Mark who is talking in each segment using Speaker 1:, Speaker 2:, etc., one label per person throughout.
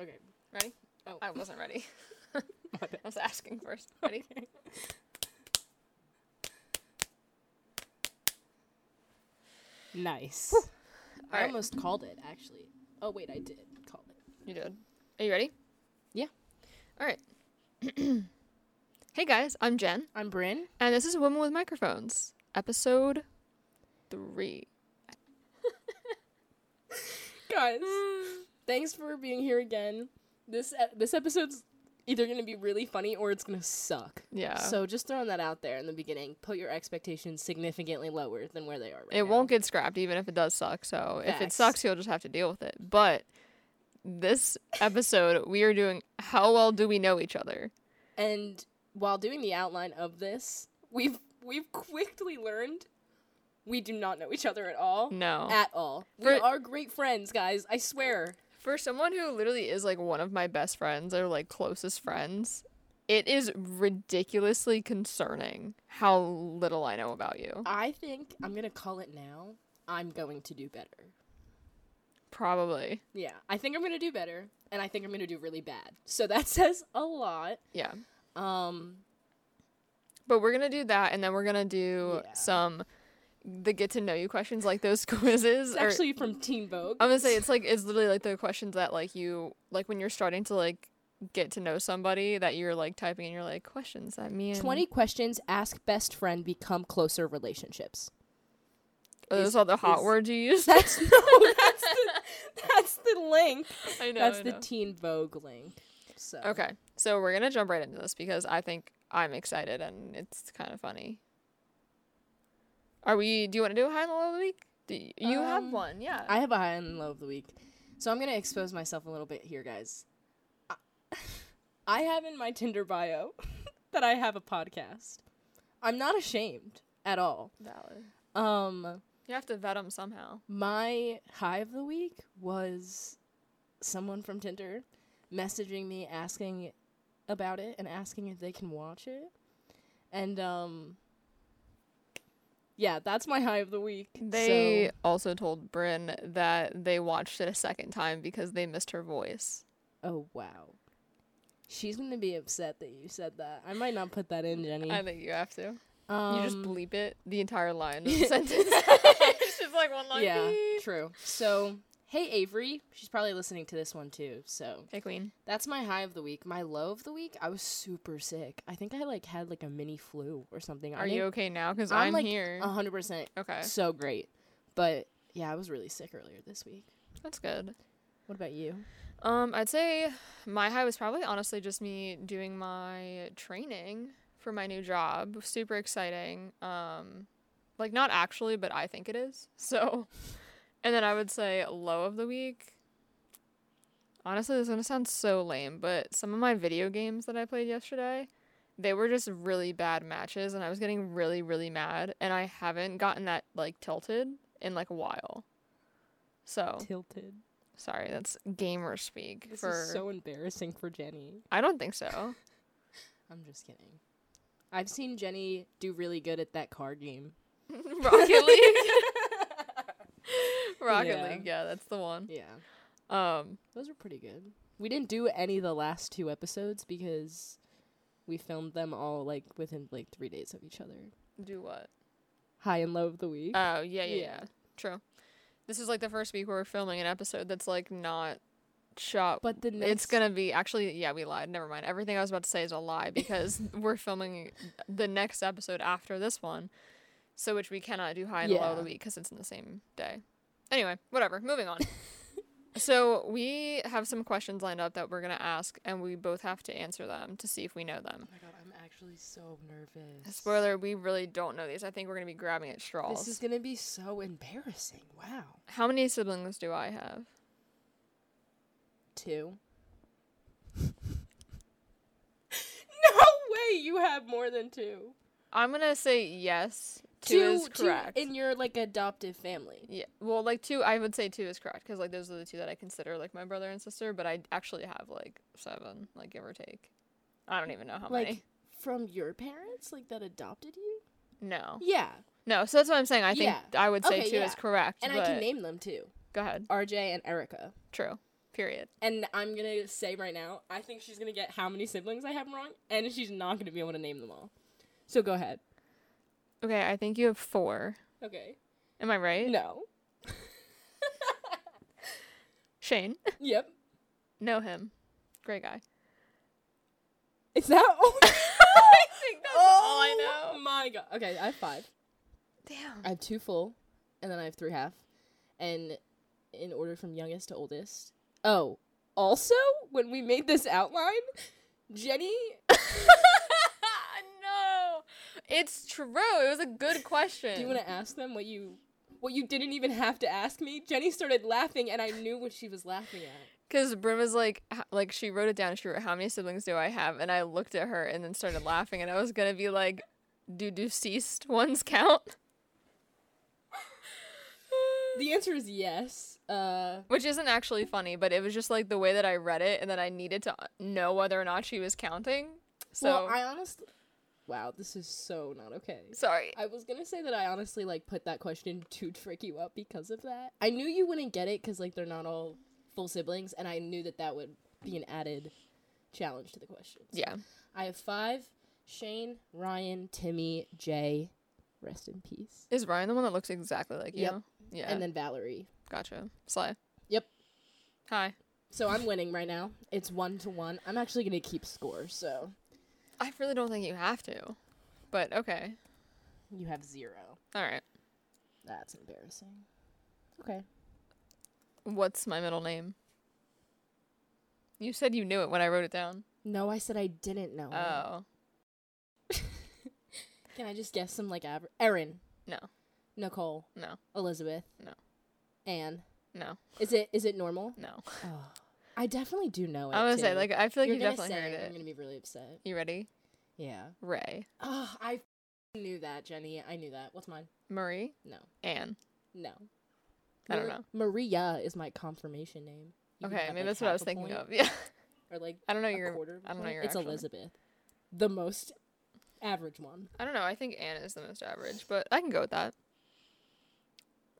Speaker 1: Okay.
Speaker 2: Ready?
Speaker 1: Oh.
Speaker 2: I wasn't ready. I was asking first. Ready?
Speaker 1: Nice. I
Speaker 2: Alright.
Speaker 1: almost called it actually. Oh wait, I did call it.
Speaker 2: You did. Are you ready?
Speaker 1: Yeah.
Speaker 2: All right. hey guys, I'm Jen,
Speaker 1: I'm Bryn.
Speaker 2: and this is Women with Microphones, episode three.
Speaker 1: Guys, thanks for being here again. This e- this episode's either gonna be really funny or it's gonna suck.
Speaker 2: Yeah.
Speaker 1: So just throwing that out there in the beginning, put your expectations significantly lower than where they are right
Speaker 2: it
Speaker 1: now.
Speaker 2: won't get scrapped, even if it does suck. So if it
Speaker 1: Facts.
Speaker 2: sucks, you'll just have to deal with it. But this episode, we are doing how well do we know each other?
Speaker 1: And while doing the outline of this, we've we've quickly learned we do not know each other at all.
Speaker 2: No.
Speaker 1: At all. We
Speaker 2: For-
Speaker 1: are great friends, guys. I swear.
Speaker 2: For someone who literally is like one of my best friends or like closest friends, it is ridiculously concerning how little I know about you.
Speaker 1: I think I'm gonna call it now. I'm going to do better.
Speaker 2: Probably.
Speaker 1: Yeah, I think I'm gonna do better, and I think I'm gonna do really bad. So that says a lot.
Speaker 2: Yeah.
Speaker 1: Um,
Speaker 2: But we're going to do that and then we're going to do
Speaker 1: Yeah.
Speaker 2: some the get to know you questions like those quizzes
Speaker 1: it's
Speaker 2: or-
Speaker 1: actually from Teen Vogue.
Speaker 2: I'm gonna say it's like it's literally like the questions that like you like when you're starting to like get to know somebody that you're like typing and you're like questions that me and
Speaker 1: Twenty questions. Ask best friend. Become closer relationships.
Speaker 2: are
Speaker 1: is-
Speaker 2: those all the hot
Speaker 1: is-
Speaker 2: words you use.
Speaker 1: That's no. That's the. That's the link.
Speaker 2: I know.
Speaker 1: That's
Speaker 2: I
Speaker 1: the
Speaker 2: know.
Speaker 1: Teen Vogue link. So
Speaker 2: Okay, so we're gonna jump right into this because I think I'm excited and it's kind of funny. Are we? Do you want to do a high and low of the week? Do you, you have
Speaker 1: Um,
Speaker 2: one? Yeah.
Speaker 1: I have a high and low of the week, so I'm gonna expose myself a little bit here, guys. I- I have in my Tinder bio that I have a podcast. I'm not ashamed at all.
Speaker 2: Valid.
Speaker 1: Um.
Speaker 2: You have to vet them somehow.
Speaker 1: My high of the week was someone from Tinder messaging me asking about it and asking if they can watch it. And um yeah, that's my high of the week.
Speaker 2: They also told Bryn that they watched it a second time because they missed her voice.
Speaker 1: so, oh wow. She's going to be upset that you said that. I might not put that in, Jenny.
Speaker 2: I think you have to.
Speaker 1: um,
Speaker 2: you just bleep it the entire line of the sentence. it's just like one line.
Speaker 1: Yeah,
Speaker 2: beep.
Speaker 1: true. So, hey Avery, she's probably listening to this one too. So,
Speaker 2: Hey, Queen.
Speaker 1: That's my high of the week. My low of the week, I was super sick. I think I like had like a mini flu or something.
Speaker 2: Are you okay now? Because
Speaker 1: I'm,
Speaker 2: I'm,
Speaker 1: like, uh,
Speaker 2: here.
Speaker 1: hundred percent
Speaker 2: okay,
Speaker 1: so great. But yeah, I was really sick earlier this week.
Speaker 2: that's good.
Speaker 1: What about you?
Speaker 2: Um, I'd say my high was probably honestly just me doing my training for my new job. Super exciting. Um, like not actually, but I think it is. So, and then I would say low of the week. Honestly, this is gonna sound so lame, but some of my video games that I played yesterday, they were just really bad matches, and I was getting really, really mad. And I haven't gotten that like tilted in like a while. So
Speaker 1: Tilted.
Speaker 2: Sorry, that's gamer speak
Speaker 1: This
Speaker 2: for.
Speaker 1: is so embarrassing for Jenny.
Speaker 2: I don't think so.
Speaker 1: I'm just kidding. I've seen Jenny do really good at that card game.
Speaker 2: Rocket League. Rocket
Speaker 1: Yeah.
Speaker 2: League. Yeah, that's the one.
Speaker 1: Yeah.
Speaker 2: Um,
Speaker 1: Those were pretty good. We didn't do any of the last two episodes because we filmed them all like within like three days of each other.
Speaker 2: do what?
Speaker 1: High and low of the week.
Speaker 2: Oh yeah, yeah, yeah,
Speaker 1: Yeah.
Speaker 2: True. This is like the first week we're filming an episode that's like not shot.
Speaker 1: But the next
Speaker 2: it's gonna be actually yeah we lied never mind everything I was about to say is a lie because we're filming the next episode after this one, so which we cannot do high and low of the
Speaker 1: Yeah.
Speaker 2: week because it's in the same day. Anyway, whatever. Moving on. so we have some questions lined up that we're gonna ask, and we both have to answer them to see if we know
Speaker 1: Oh
Speaker 2: them.
Speaker 1: my god, I'm actually so nervous.
Speaker 2: Spoiler: we really don't know these. I think we're gonna be grabbing at straws.
Speaker 1: This is gonna be so embarrassing. Wow.
Speaker 2: How many siblings do I have?
Speaker 1: Two. no way you have more than two.
Speaker 2: I'm gonna say yes. Two, is correct.
Speaker 1: in your like adoptive family.
Speaker 2: yeah, well, like two, I would say two is correct because like those are the two that I consider like my brother and sister. But I actually have like seven, like give or take. I don't even know how
Speaker 1: like
Speaker 2: many.
Speaker 1: from your parents, like that adopted you?
Speaker 2: No,
Speaker 1: Yeah.
Speaker 2: no. So that's what I'm saying. I think
Speaker 1: Yeah.
Speaker 2: I would say
Speaker 1: Okay,
Speaker 2: two
Speaker 1: yeah.
Speaker 2: is correct.
Speaker 1: And I
Speaker 2: but-
Speaker 1: can name them too.
Speaker 2: Go ahead.
Speaker 1: RJ and Erica.
Speaker 2: True. Period.
Speaker 1: And I'm gonna say right now, I think she's gonna get how many siblings I have wrong, and she's not gonna be able to name them all. So go ahead.
Speaker 2: Okay, I think you have four.
Speaker 1: Okay.
Speaker 2: Am I right?
Speaker 1: No.
Speaker 2: Shane.
Speaker 1: yep.
Speaker 2: Know him. Great guy.
Speaker 1: It's that. Oh,
Speaker 2: I think that's all I
Speaker 1: oh
Speaker 2: know.
Speaker 1: my god. Okay, I have five.
Speaker 2: Damn.
Speaker 1: I have two full, and then I have three half, and in order from youngest to oldest. Oh, also when we made this outline, Jenny.
Speaker 2: no. It's true. It was a good question.
Speaker 1: Do you want to ask them what you what you didn't even have to ask me? Jenny started laughing, and I knew what she was laughing at.
Speaker 2: Because Brim was like, h- like she wrote it down. She wrote, "How many siblings do I have?" And I looked at her and then started laughing. And I was gonna be like, "Do deceased ones count?"
Speaker 1: The answer is yes. Uh,
Speaker 2: Which isn't actually funny, but it was just like the way that I read it, and that I needed to uh, know whether or not she was counting. So
Speaker 1: well, I honestly. Wow, this is so not okay.
Speaker 2: sorry.
Speaker 1: I was gonna say that I honestly like put that question to trick you up because of that. I knew you wouldn't get it because like they're not all full siblings, and I knew that that would be an added challenge to the questions.
Speaker 2: yeah.
Speaker 1: I have five: Shane, Ryan, Timmy, Jay, rest in peace,
Speaker 2: Is Ryan the one that looks exactly like you?
Speaker 1: Yep.
Speaker 2: Yeah.
Speaker 1: and then Valerie.
Speaker 2: gotcha. Sly.
Speaker 1: Yep.
Speaker 2: Hi.
Speaker 1: So I'm winning right now. It's one to one. I'm actually gonna keep score. So
Speaker 2: I really don't think you have to, but okay.
Speaker 1: you have zero.
Speaker 2: All right.
Speaker 1: That's embarrassing. Okay.
Speaker 2: What's my middle name? You said you knew it when I wrote it down.
Speaker 1: No, I said I didn't know.
Speaker 2: Oh.
Speaker 1: Can I just guess some like aver- Erin?
Speaker 2: No.
Speaker 1: Nicole.
Speaker 2: No.
Speaker 1: Elizabeth.
Speaker 2: No.
Speaker 1: Anne.
Speaker 2: No.
Speaker 1: Is it is it normal?
Speaker 2: No.
Speaker 1: Oh. I definitely do know it.
Speaker 2: I'm gonna say
Speaker 1: too.
Speaker 2: like I feel like
Speaker 1: You're
Speaker 2: you
Speaker 1: gonna
Speaker 2: definitely
Speaker 1: say
Speaker 2: heard
Speaker 1: I'm
Speaker 2: it.
Speaker 1: gonna be really upset.
Speaker 2: You ready?
Speaker 1: Yeah.
Speaker 2: Ray,
Speaker 1: Oh, I f***ing knew that, Jenny. I knew that. What's mine?
Speaker 2: Marie,
Speaker 1: No.
Speaker 2: Anne.
Speaker 1: No.
Speaker 2: I don't
Speaker 1: Mar-
Speaker 2: know.
Speaker 1: Maria is my confirmation name. You can
Speaker 2: okay,
Speaker 1: have,
Speaker 2: maybe
Speaker 1: like,
Speaker 2: that's what I
Speaker 1: half
Speaker 2: was
Speaker 1: a
Speaker 2: thinking
Speaker 1: point
Speaker 2: of. Yeah.
Speaker 1: Or like
Speaker 2: I don't know
Speaker 1: a
Speaker 2: your.
Speaker 1: quarter. of a
Speaker 2: I don't know
Speaker 1: point.
Speaker 2: your.
Speaker 1: It's
Speaker 2: actual name.
Speaker 1: Elizabeth. The most average one.
Speaker 2: I don't know. I think Anne is the most average, but I can go with that.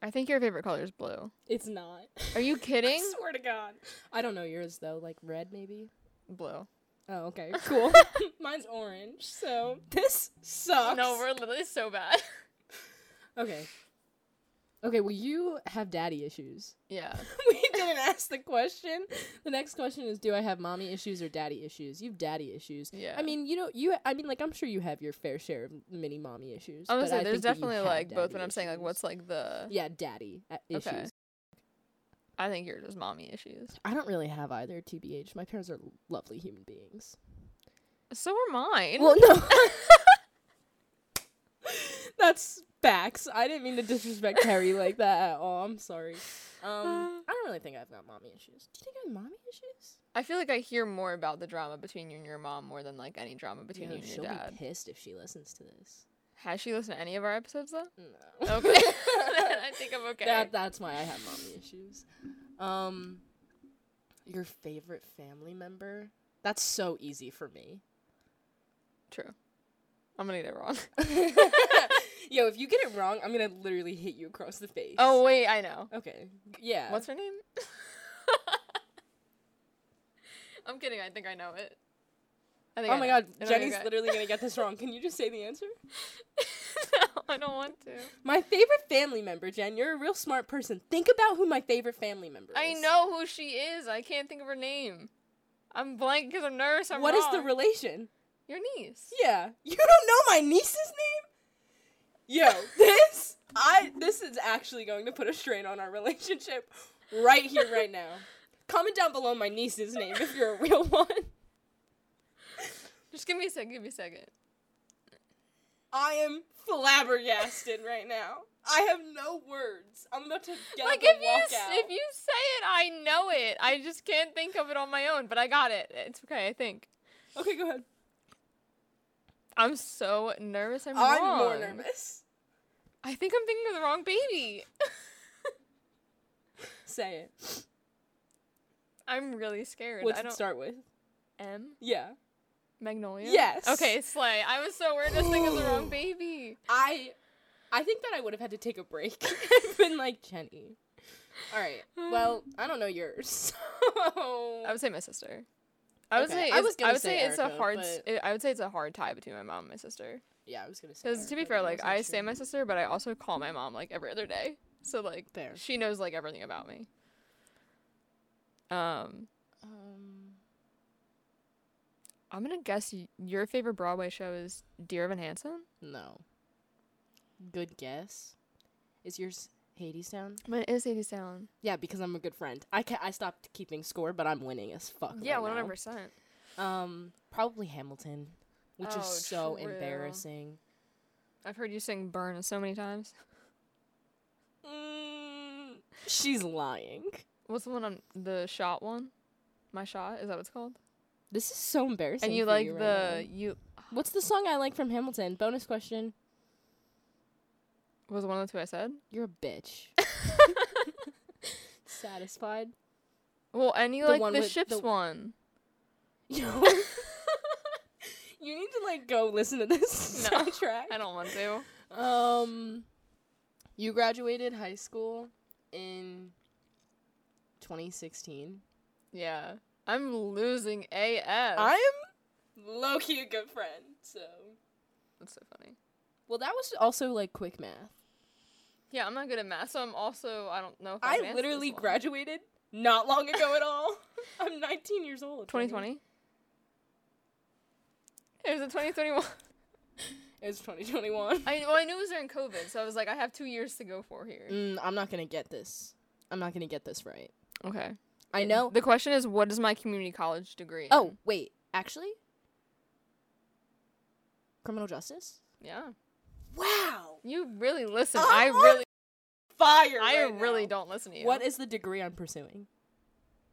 Speaker 2: I think your favorite color is blue.
Speaker 1: It's not.
Speaker 2: Are you kidding?
Speaker 1: I swear to God. I don't know yours though. Like red maybe.
Speaker 2: blue.
Speaker 1: Oh, okay, cool. Mine's orange, so this sucks.
Speaker 2: No, we're literally so bad.
Speaker 1: okay. Okay, well, you have daddy issues.
Speaker 2: yeah.
Speaker 1: we didn't ask the question. The next question is, do I have mommy issues or daddy issues? You've daddy issues.
Speaker 2: Yeah.
Speaker 1: I mean, you know, you. I mean, like, I'm sure you have your fair share of mini mommy issues.
Speaker 2: I'm
Speaker 1: but
Speaker 2: gonna
Speaker 1: I
Speaker 2: say there's
Speaker 1: think that you
Speaker 2: definitely
Speaker 1: have
Speaker 2: like both
Speaker 1: daddy
Speaker 2: when I'm saying like
Speaker 1: issues.
Speaker 2: what's like the.
Speaker 1: Yeah, daddy uh, issues.
Speaker 2: Okay. I think yours is mommy issues.
Speaker 1: I don't really have either, tbh. My parents are lovely human beings.
Speaker 2: So are mine.
Speaker 1: Well, no. That's facts. I didn't mean to disrespect Harry like that at all. I'm sorry. Um, I don't really think I've got mommy issues. Do you think I have mommy issues?
Speaker 2: I feel like I hear more about the drama between you and your mom more than like any drama between
Speaker 1: Yo,
Speaker 2: you and
Speaker 1: she'll
Speaker 2: your dad.
Speaker 1: be pissed if she listens to this.
Speaker 2: Has she listened to any of our episodes though?
Speaker 1: No.
Speaker 2: Okay. Then I think I'm okay.
Speaker 1: That that's why I have mommy issues. Um, your favorite family member? That's so easy for me.
Speaker 2: True. I'm gonna get it wrong.
Speaker 1: Yo, if you get it wrong, I'm gonna literally hit you across the face.
Speaker 2: oh wait, I know.
Speaker 1: Okay. Yeah.
Speaker 2: What's her name? I'm kidding. I think I know it. I think
Speaker 1: Oh
Speaker 2: I
Speaker 1: my
Speaker 2: know
Speaker 1: god,
Speaker 2: it. It'll be
Speaker 1: Jenny's
Speaker 2: okay.
Speaker 1: literally gonna get this wrong. Can you just say the answer?
Speaker 2: no, I don't want to.
Speaker 1: My favorite family member, Jen. You're a real smart person. Think about who my favorite family member is.
Speaker 2: I know who she is. I can't think of her name. I'm blank because I'm nervous. I'm
Speaker 1: What is the
Speaker 2: wrong.
Speaker 1: relation?
Speaker 2: your niece?
Speaker 1: Yeah, you don't know my niece's name. Yo, this I this is actually going to put a strain on our relationship right here, right now. Comment down below my niece's name if you're a real one.
Speaker 2: Just give me a second. Give me a second.
Speaker 1: I am flabbergasted right now. I have no words. I'm about to get
Speaker 2: like
Speaker 1: up and
Speaker 2: if you
Speaker 1: walk
Speaker 2: s-
Speaker 1: out.
Speaker 2: if you say it, I know it. I just can't think of it on my own. But I got it. It's okay. I think.
Speaker 1: okay, go ahead.
Speaker 2: I'm so nervous. I'm,
Speaker 1: I'm
Speaker 2: wrong.
Speaker 1: more nervous.
Speaker 2: I think I'm thinking of the wrong baby.
Speaker 1: Say it.
Speaker 2: I'm really scared.
Speaker 1: What's
Speaker 2: I
Speaker 1: it
Speaker 2: don't.
Speaker 1: start with?
Speaker 2: M
Speaker 1: Yeah.
Speaker 2: Magnolia.
Speaker 1: Yes.
Speaker 2: Okay, Slay. I was so worried. I was thinking of the wrong
Speaker 1: Ooh.
Speaker 2: baby.
Speaker 1: I I think that I would have had to take a break and been like, Jenny. Alright. Well, I don't know yours. so-
Speaker 2: I would say my sister. I would
Speaker 1: Okay,
Speaker 2: say
Speaker 1: I
Speaker 2: I,
Speaker 1: was
Speaker 2: was
Speaker 1: gonna
Speaker 2: I would
Speaker 1: say
Speaker 2: say, it's a
Speaker 1: Erica,
Speaker 2: hard.
Speaker 1: but-
Speaker 2: s- it- I would say it's a hard tie between my mom and my sister.
Speaker 1: yeah, I was gonna say.
Speaker 2: Because to be
Speaker 1: Erica,
Speaker 2: fair,
Speaker 1: but
Speaker 2: like
Speaker 1: that's
Speaker 2: I
Speaker 1: not
Speaker 2: stay
Speaker 1: true.
Speaker 2: my sister, but I also call my mom like every other day. So like
Speaker 1: Fair.
Speaker 2: she knows like everything about me. Um,
Speaker 1: Um,
Speaker 2: I'm gonna guess y- your favorite Broadway show is Dear Evan Hansen.
Speaker 1: no. Good guess. Is yours Hades Town?
Speaker 2: Mine is Sadie Sound.
Speaker 1: Yeah, because I'm a good friend. I ca- I stopped keeping score, but I'm winning as fuck.
Speaker 2: Yeah,
Speaker 1: right
Speaker 2: one
Speaker 1: now.
Speaker 2: hundred percent.
Speaker 1: Um, probably Hamilton, which
Speaker 2: Oh,
Speaker 1: is so
Speaker 2: true.
Speaker 1: embarrassing.
Speaker 2: I've heard you sing "Burn" so many times.
Speaker 1: Mm, she's lying.
Speaker 2: What's the one on the shot one? My shot is that what it's called?
Speaker 1: This is so embarrassing.
Speaker 2: and you
Speaker 1: for
Speaker 2: like
Speaker 1: right
Speaker 2: the
Speaker 1: now.
Speaker 2: you
Speaker 1: What's the song I like from Hamilton? Bonus question.
Speaker 2: was one of the two I said.
Speaker 1: You're a bitch. Satisfied.
Speaker 2: Well, and you
Speaker 1: The
Speaker 2: like
Speaker 1: one
Speaker 2: the
Speaker 1: with
Speaker 2: ships
Speaker 1: the-
Speaker 2: one.
Speaker 1: you you need to like go listen to this
Speaker 2: No,
Speaker 1: soundtrack.
Speaker 2: I don't want to.
Speaker 1: Um, you graduated high school in 2016.
Speaker 2: Yeah, I'm losing AF.
Speaker 1: I'm low key a good friend. So,
Speaker 2: That's so funny.
Speaker 1: well, that was also like quick math.
Speaker 2: Yeah, I'm not good at math, so I'm also I don't know if
Speaker 1: I literally graduated not long ago at all. I'm 19 years old.
Speaker 2: 2020. It was in 2021.
Speaker 1: It was 2021.
Speaker 2: I well, I knew it was during COVID, so I was like, I have two years to go for here.
Speaker 1: Mm, I'm not gonna get this. I'm not gonna get this right.
Speaker 2: Okay.
Speaker 1: Mm. I know.
Speaker 2: The question is, what is my community college degree? in?
Speaker 1: Oh wait, actually, criminal justice.
Speaker 2: yeah.
Speaker 1: Wow.
Speaker 2: You really listen.
Speaker 1: I'm
Speaker 2: I
Speaker 1: on
Speaker 2: really,
Speaker 1: Fire.
Speaker 2: I
Speaker 1: right
Speaker 2: really
Speaker 1: now.
Speaker 2: don't listen to you.
Speaker 1: What is the degree I'm pursuing?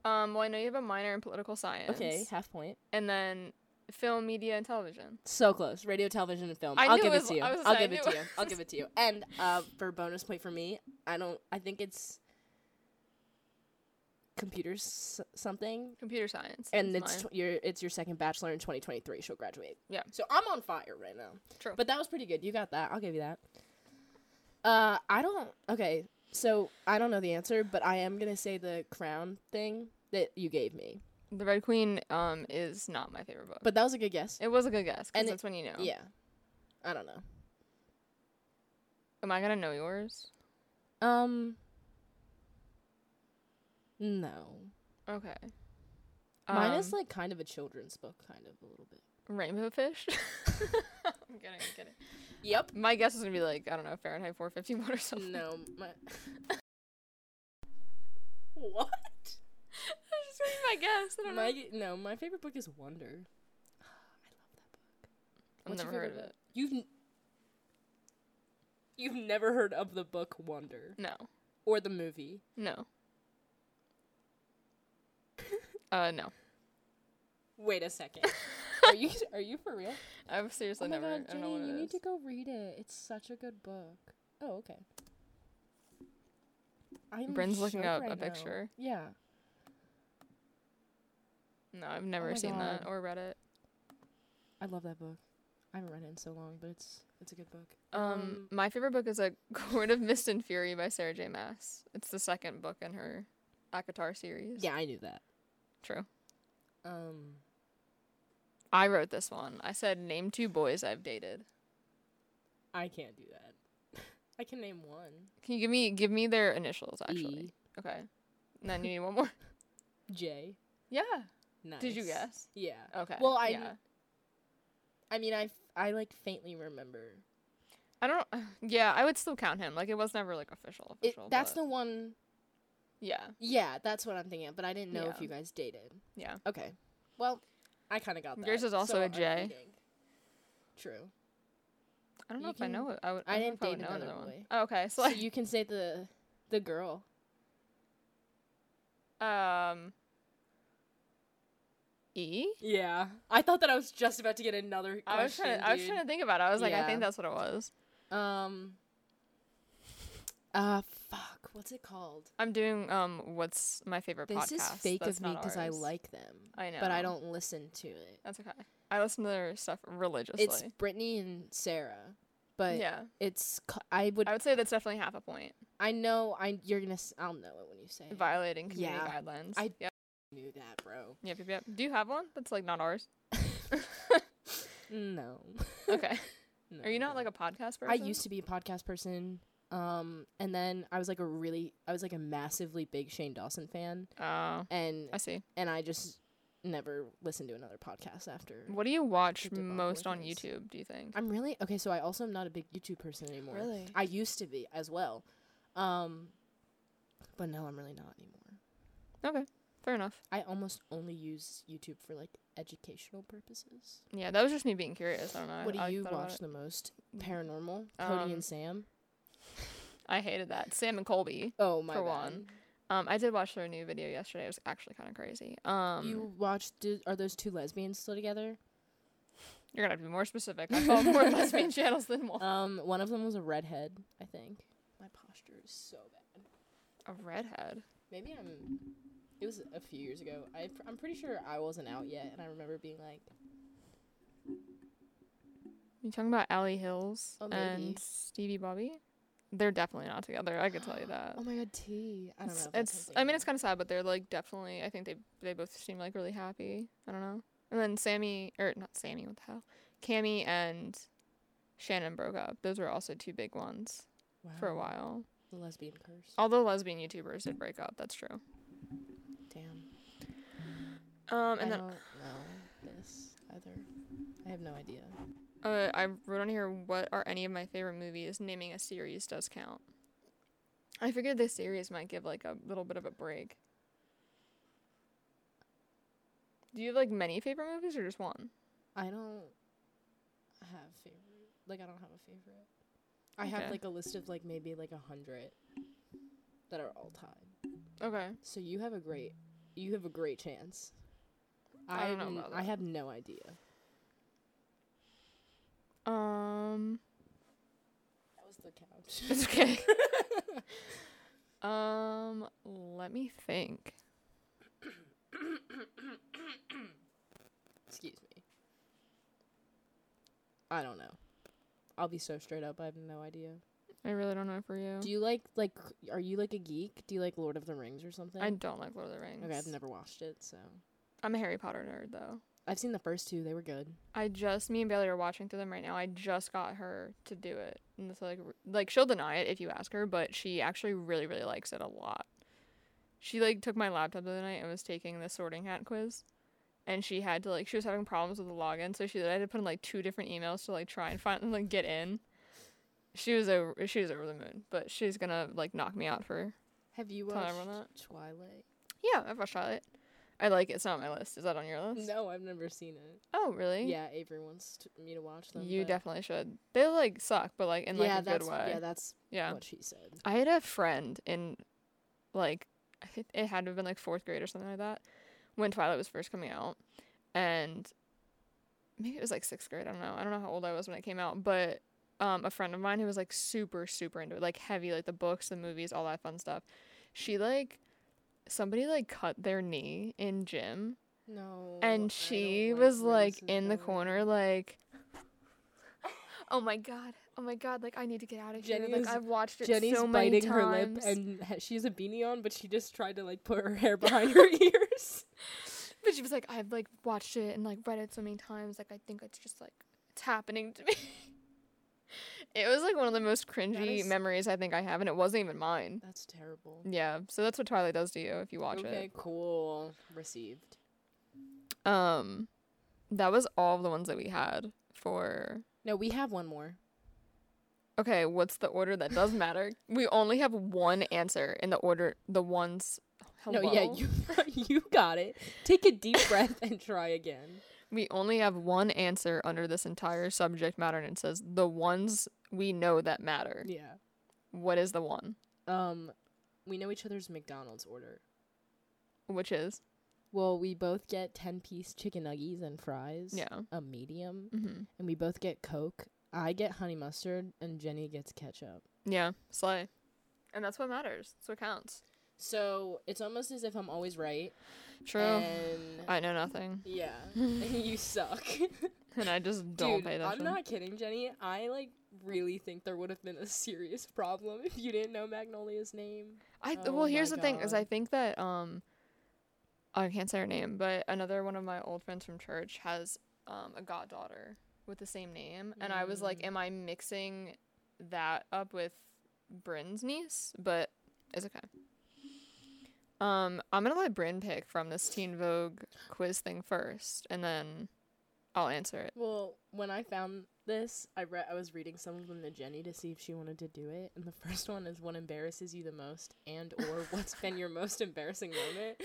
Speaker 2: Um. Well, I know you have a minor in political science.
Speaker 1: Okay, half point.
Speaker 2: And then film, media, and television.
Speaker 1: So close. Radio, television, and film.
Speaker 2: I
Speaker 1: I will
Speaker 2: knew
Speaker 1: give
Speaker 2: it
Speaker 1: it
Speaker 2: was-
Speaker 1: to you.
Speaker 2: I was
Speaker 1: I'll
Speaker 2: saying,
Speaker 1: give it to
Speaker 2: I
Speaker 1: you.
Speaker 2: knew-
Speaker 1: I'll give it to you. And uh, for bonus point for me, I don't. I think it's computers s- something.
Speaker 2: Computer science.
Speaker 1: And
Speaker 2: is
Speaker 1: it's
Speaker 2: mine.
Speaker 1: tw- your it's your second bachelor in 2023. She'll graduate.
Speaker 2: Yeah.
Speaker 1: So I'm on fire right now.
Speaker 2: True.
Speaker 1: But that was pretty good. You got that. I'll give you that. Uh, I don't. Okay, so I don't know the answer, but I am gonna say the crown thing that you gave me.
Speaker 2: The Red Queen um is not my favorite book.
Speaker 1: But that was a good guess.
Speaker 2: It was a good guess because
Speaker 1: And it-
Speaker 2: that's when you know.
Speaker 1: Yeah. I don't know.
Speaker 2: Am I gonna know yours?
Speaker 1: Um. No.
Speaker 2: Okay.
Speaker 1: Mine is
Speaker 2: Um,
Speaker 1: like kind of a children's book, kind of a little bit.
Speaker 2: Rainbow Fish. I'm kidding. I'm kidding.
Speaker 1: Yep.
Speaker 2: My guess is gonna be like I don't know Fahrenheit 451 or something.
Speaker 1: No. My. what?
Speaker 2: That's just gonna be my guess. I don't know.
Speaker 1: My no. My favorite book is Wonder. I love that book.
Speaker 2: I've
Speaker 1: What's your
Speaker 2: never heard of
Speaker 1: favorite
Speaker 2: it.
Speaker 1: You've. n- You've never heard of the book Wonder
Speaker 2: No.
Speaker 1: or the movie.
Speaker 2: No. Uh no.
Speaker 1: Wait a second. are you are you for real?
Speaker 2: I've seriously
Speaker 1: oh my
Speaker 2: never.
Speaker 1: god,
Speaker 2: I don't know
Speaker 1: Jenny,
Speaker 2: what
Speaker 1: you
Speaker 2: it
Speaker 1: need
Speaker 2: is.
Speaker 1: to go read it. It's such a good book. Oh, okay. I'm
Speaker 2: Bryn's looking
Speaker 1: shook
Speaker 2: up
Speaker 1: right
Speaker 2: a
Speaker 1: now.
Speaker 2: picture.
Speaker 1: Yeah.
Speaker 2: No, I've never
Speaker 1: Oh my
Speaker 2: seen that
Speaker 1: God.
Speaker 2: or read it.
Speaker 1: I love that book. I haven't read it in so long, but it's it's a good book.
Speaker 2: Um, my favorite book is A Court of Mist and Fury by Sarah J. Mass. It's the second book in her ACOTAR series.
Speaker 1: yeah, I knew that.
Speaker 2: True.
Speaker 1: Um
Speaker 2: I wrote this one. I said, name two boys I've dated.
Speaker 1: I can't do that. I can name one.
Speaker 2: Can you give me give me their initials actually?
Speaker 1: E
Speaker 2: Okay. And then you need one more.
Speaker 1: J.
Speaker 2: Yeah.
Speaker 1: Nice.
Speaker 2: Did you guess?
Speaker 1: Yeah.
Speaker 2: Okay.
Speaker 1: Well, I
Speaker 2: yeah.
Speaker 1: I mean, I f- I like faintly remember.
Speaker 2: I don't. Yeah, I would still count him. Like it was never like official.
Speaker 1: It
Speaker 2: official
Speaker 1: that's
Speaker 2: but-
Speaker 1: the one.
Speaker 2: Yeah.
Speaker 1: Yeah, that's what I'm thinking of, but I didn't know if
Speaker 2: Yeah.
Speaker 1: you guys dated.
Speaker 2: Yeah.
Speaker 1: Okay. Well, I kind of got that.
Speaker 2: Yours is also
Speaker 1: so
Speaker 2: a
Speaker 1: I'm
Speaker 2: J.
Speaker 1: cheating. True.
Speaker 2: I don't know
Speaker 1: You
Speaker 2: if I know it. I would.
Speaker 1: I
Speaker 2: don't know
Speaker 1: didn't
Speaker 2: if I would
Speaker 1: date
Speaker 2: know
Speaker 1: another
Speaker 2: another
Speaker 1: boy.
Speaker 2: one. Oh, okay. So
Speaker 1: So
Speaker 2: like,
Speaker 1: you can say the the girl.
Speaker 2: um. E.
Speaker 1: Yeah. I thought that I was just about to get another
Speaker 2: I was trying. I was trying to think about it. I was like,
Speaker 1: Yeah.
Speaker 2: I think that's what it was.
Speaker 1: Um. Uh, fuck. What's it called?
Speaker 2: I'm doing um. What's my favorite
Speaker 1: This
Speaker 2: podcast?
Speaker 1: is fake
Speaker 2: that's
Speaker 1: of me
Speaker 2: not
Speaker 1: because I
Speaker 2: ours.
Speaker 1: like them,
Speaker 2: I know.
Speaker 1: but I don't listen to it.
Speaker 2: That's okay. I listen to their stuff religiously.
Speaker 1: It's Brittany and Sarah, but
Speaker 2: yeah.
Speaker 1: it's. c I I would.
Speaker 2: I would say that's definitely half a point.
Speaker 1: I know. I you're gonna. s- I'll know it when you you say it.
Speaker 2: violating community
Speaker 1: Yeah.
Speaker 2: guidelines.
Speaker 1: I-
Speaker 2: yep.
Speaker 1: knew that, bro.
Speaker 2: yep, yep, yep. Do you have one that's like not ours?
Speaker 1: No.
Speaker 2: okay.
Speaker 1: No,
Speaker 2: Are you
Speaker 1: no.
Speaker 2: not like a podcast person?
Speaker 1: I used to be a podcast person. Um, and then I was like a really, I was like a massively big Shane Dawson fan,
Speaker 2: Oh, I
Speaker 1: and
Speaker 2: see.
Speaker 1: and I just never listened to another podcast after.
Speaker 2: What do you watch
Speaker 1: The debacle
Speaker 2: most on
Speaker 1: it is.
Speaker 2: YouTube? Do you think?
Speaker 1: I'm really okay. So I also am not a big YouTube person anymore.
Speaker 2: Really?
Speaker 1: I used to be as well, um, but no, I'm really not anymore.
Speaker 2: Okay, fair enough.
Speaker 1: I almost only use YouTube for like educational purposes.
Speaker 2: Yeah, that was just me being curious. I don't know.
Speaker 1: what do
Speaker 2: I,
Speaker 1: you
Speaker 2: I thought about
Speaker 1: watch
Speaker 2: it.
Speaker 1: the most? Paranormal, Cody
Speaker 2: Um,
Speaker 1: and Sam.
Speaker 2: I hated that Sam and Colby.
Speaker 1: Oh my
Speaker 2: for
Speaker 1: god!
Speaker 2: one, Um, I did watch their new video yesterday. It was actually kind of crazy. Um,
Speaker 1: you watched? Did, are those two lesbians still together?
Speaker 2: You're gonna have to be more specific. I follow more lesbian channels than one.
Speaker 1: Um, one of them was a redhead, I think. My posture is so bad.
Speaker 2: A redhead.
Speaker 1: Maybe I'm. It was a few years ago. I, pr- I'm pretty sure I wasn't out yet, and I remember being like,
Speaker 2: You talking about Allie Hills
Speaker 1: Oh, maybe.
Speaker 2: and Stevie Bobby? They're definitely not together. I could tell you that.
Speaker 1: "Oh my god, T." I don't know.
Speaker 2: It's,
Speaker 1: if that's
Speaker 2: it's
Speaker 1: something
Speaker 2: I mean, it's
Speaker 1: that-
Speaker 2: kind of sad, but they're like definitely. I think they they both seem like really happy. I don't know. And then Sammy or not Sammy, what the hell? Cammy and Shannon broke up. Those were also two big ones for a
Speaker 1: Wow,
Speaker 2: while.
Speaker 1: The lesbian curse.
Speaker 2: All the lesbian YouTubers did break up. That's true.
Speaker 1: Damn.
Speaker 2: Um,
Speaker 1: I
Speaker 2: and then
Speaker 1: don't know this either. I have no idea.
Speaker 2: uh, I wrote on here what are any of my favorite movies? Naming a series does count. I figured this series might give like a little bit of a break. Do you have like many favorite movies or just one?
Speaker 1: I don't have favorite. Like, I don't have a favorite. I have
Speaker 2: Okay.
Speaker 1: like a list of like maybe like a hundred that are all tied.
Speaker 2: Okay.
Speaker 1: So you have a great, you have a great chance.
Speaker 2: I don't know
Speaker 1: I'm-
Speaker 2: about
Speaker 1: I
Speaker 2: that.
Speaker 1: have no idea.
Speaker 2: Um,
Speaker 1: That was the couch.
Speaker 2: it's okay. um, let me think.
Speaker 1: Excuse me. I don't know. I'll be so straight up. I have no idea.
Speaker 2: I really don't know for you.
Speaker 1: Do you like like? Are you like a geek? Do you like Lord of the Rings or something?
Speaker 2: I don't like Lord of the Rings.
Speaker 1: okay, I've never watched it, so
Speaker 2: I'm a Harry Potter nerd though.
Speaker 1: I've seen the first two. They were good.
Speaker 2: I just me and Bailey are watching through them right now. I just got her to do it, and it's like r- like she'll deny it if you ask her, but she actually really really likes it a lot. She like took my laptop the other night and was taking the Sorting Hat quiz, and she had to like she was having problems with the login, so she had to put in like two different emails to like try and find and like get in. She was over she was over the moon, but she's gonna like knock me out for
Speaker 1: Have you
Speaker 2: Tell
Speaker 1: watched
Speaker 2: everyone
Speaker 1: Twilight?
Speaker 2: yeah. I've watched it. I like it. It's not on my list. Is that on your list?
Speaker 1: No, I've never seen it.
Speaker 2: Oh really?
Speaker 1: Yeah, Avery wants t- me to watch them.
Speaker 2: You
Speaker 1: but-
Speaker 2: definitely should. They like suck, but like in like
Speaker 1: yeah,
Speaker 2: a good
Speaker 1: that's,
Speaker 2: way.
Speaker 1: Yeah, that's
Speaker 2: Yeah.
Speaker 1: what she said.
Speaker 2: I had a friend in like I think it had to have been like fourth grade or something like that when Twilight was first coming out. And maybe it was like sixth grade, I don't know. I don't know how old I was when it came out, but um a friend of mine who was like super, super into it, like heavy, like the books, the movies, all that fun stuff. She like somebody like cut their knee in gym
Speaker 1: No. I don't
Speaker 2: and she
Speaker 1: like
Speaker 2: was
Speaker 1: where
Speaker 2: like
Speaker 1: this is
Speaker 2: in the
Speaker 1: going.
Speaker 2: corner like oh my god oh my god like i need to get out of here
Speaker 1: Jenny
Speaker 2: like
Speaker 1: is-
Speaker 2: i've watched it
Speaker 1: Jenny's
Speaker 2: so many
Speaker 1: biting her lip
Speaker 2: times
Speaker 1: and ha- she has a beanie on, but she just tried to like put her hair behind her ears.
Speaker 2: but she was like i've like watched it and like read it so many times like i think it's just like it's happening to me it was like one of the most cringy
Speaker 1: is-
Speaker 2: memories i think i have and it wasn't even mine
Speaker 1: That's terrible.
Speaker 2: yeah so that's what twilight does to you if you watch
Speaker 1: okay, cool. Received.
Speaker 2: it um that was all of the ones that we had for
Speaker 1: No, we have one more.
Speaker 2: Okay, what's the order that does matter? we only have one answer in the order the ones hello.
Speaker 1: No, yeah, you you got it. Take a deep breath and try again.
Speaker 2: we only have one answer under this entire subject matter and it says the ones we know that matter.
Speaker 1: Yeah.
Speaker 2: What is the one?
Speaker 1: Um, we know each other's McDonald's order.
Speaker 2: Which is?
Speaker 1: Well, we both get ten piece chicken nuggies and fries.
Speaker 2: Yeah.
Speaker 1: A medium,
Speaker 2: hmm
Speaker 1: and we both get Coke. I get honey mustard, and Jenny gets ketchup.
Speaker 2: Yeah, slay. And that's what matters. That's what counts.
Speaker 1: So it's almost as if I'm always right.
Speaker 2: True.
Speaker 1: And
Speaker 2: I know nothing.
Speaker 1: yeah, you suck.
Speaker 2: And I just don't
Speaker 1: Dude,
Speaker 2: pay
Speaker 1: I'm
Speaker 2: attention.
Speaker 1: not kidding, Jenny. I like really think there would have been a serious problem if you didn't know Magnolia's name.
Speaker 2: I th-
Speaker 1: Oh
Speaker 2: well,
Speaker 1: my
Speaker 2: here's the thing is
Speaker 1: God.
Speaker 2: I think that um I can't say her name, but another one of my old friends from church has um a goddaughter with the same name, and I was like,
Speaker 1: Mm.
Speaker 2: am I mixing that up with Bryn's niece? But it's okay. Um, I'm gonna let Bryn pick from this Teen Vogue quiz thing first, and then I'll answer it.
Speaker 1: Well, when I found this, I read I was reading some of them to Jenny to see if she wanted to do it, and the first one is what embarrasses you the most and or what's been your most embarrassing moment.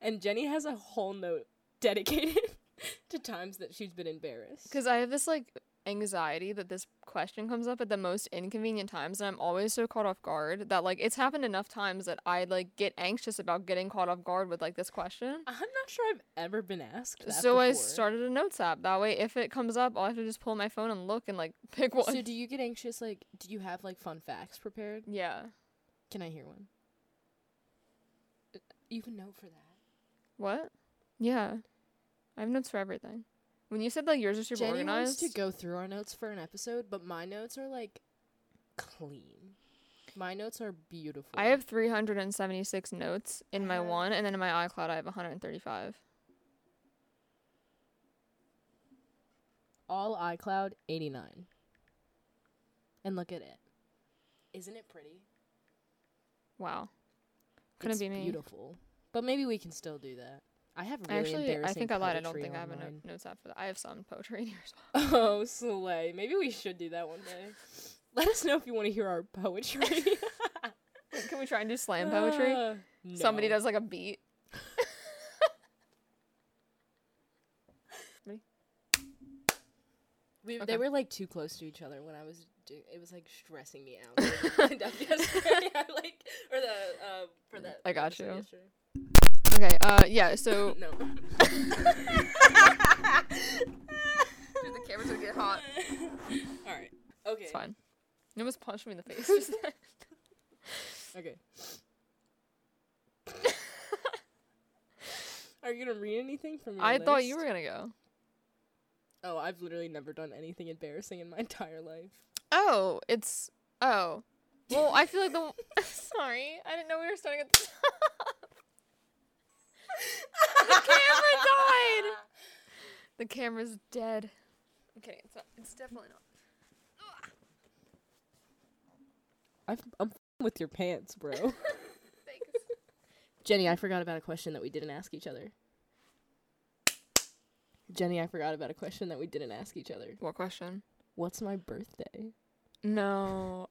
Speaker 1: And Jenny has a whole note dedicated to times that she's been embarrassed.
Speaker 2: Because I have this like anxiety that this question comes up at the most inconvenient times, and I'm always so caught off guard that like it's happened enough times that I like get anxious about getting caught off guard with like this question.
Speaker 1: I'm not sure I've ever been asked. That
Speaker 2: so I
Speaker 1: before.
Speaker 2: started a notes app. That way, if it comes up, I'll have to just pull my phone and look and like pick one.
Speaker 1: So do you get anxious? Like, do you have like fun facts prepared?
Speaker 2: yeah.
Speaker 1: Can I hear one? You have a note for that.
Speaker 2: What? Yeah. I have notes for everything. When you said like yours are super
Speaker 1: Jenny
Speaker 2: organized,
Speaker 1: wants to go through our notes for an episode, but my notes are like clean. My notes are beautiful.
Speaker 2: I have 376 notes in my
Speaker 1: Uh,
Speaker 2: one, and then in my iCloud, I have 135.
Speaker 1: all iCloud 89. And look at it. Isn't it pretty?
Speaker 2: Wow. Couldn't
Speaker 1: it's
Speaker 2: be me.
Speaker 1: beautiful. But maybe we can still do that. I have really
Speaker 2: Actually, I
Speaker 1: embarrassing
Speaker 2: think I lied. I don't
Speaker 1: poetry
Speaker 2: think I have a
Speaker 1: on
Speaker 2: no-
Speaker 1: mine.
Speaker 2: notes app for that. I have some poetry in here as well.
Speaker 1: Oh, Slay. Maybe we should do that one day. Let us know if you want to hear our poetry.
Speaker 2: Wait, can we try and do slam poetry?
Speaker 1: Uh,
Speaker 2: Somebody
Speaker 1: no.
Speaker 2: does like a beat.
Speaker 1: We,
Speaker 2: Okay.
Speaker 1: They were like too close to each other when I was doing. It was like stressing me out. Lined up yesterday, I, like or the uh, for that.
Speaker 2: I got
Speaker 1: episode
Speaker 2: you.
Speaker 1: yesterday.
Speaker 2: Okay. Uh. Yeah. So
Speaker 1: No.
Speaker 2: the camera's gonna get hot.
Speaker 1: All right. Okay.
Speaker 2: It's fine. No one's punched me in the face. just then.
Speaker 1: Okay. Are you gonna read anything from your
Speaker 2: I thought you were
Speaker 1: list?
Speaker 2: gonna go.
Speaker 1: Oh, I've literally never done anything embarrassing in my entire life.
Speaker 2: Oh, it's oh. Well, I feel like the. Sorry, I didn't know we were starting at the top. the camera died. The camera's dead. I'm kidding. It's not. It's definitely not.
Speaker 1: I've, I'm f***ing with your pants, bro.
Speaker 2: Thanks.
Speaker 1: Jenny, I forgot about a question that we didn't ask each other. Jenny, I forgot about a question that we didn't ask each other.
Speaker 2: What question?
Speaker 1: What's my birthday?
Speaker 2: No.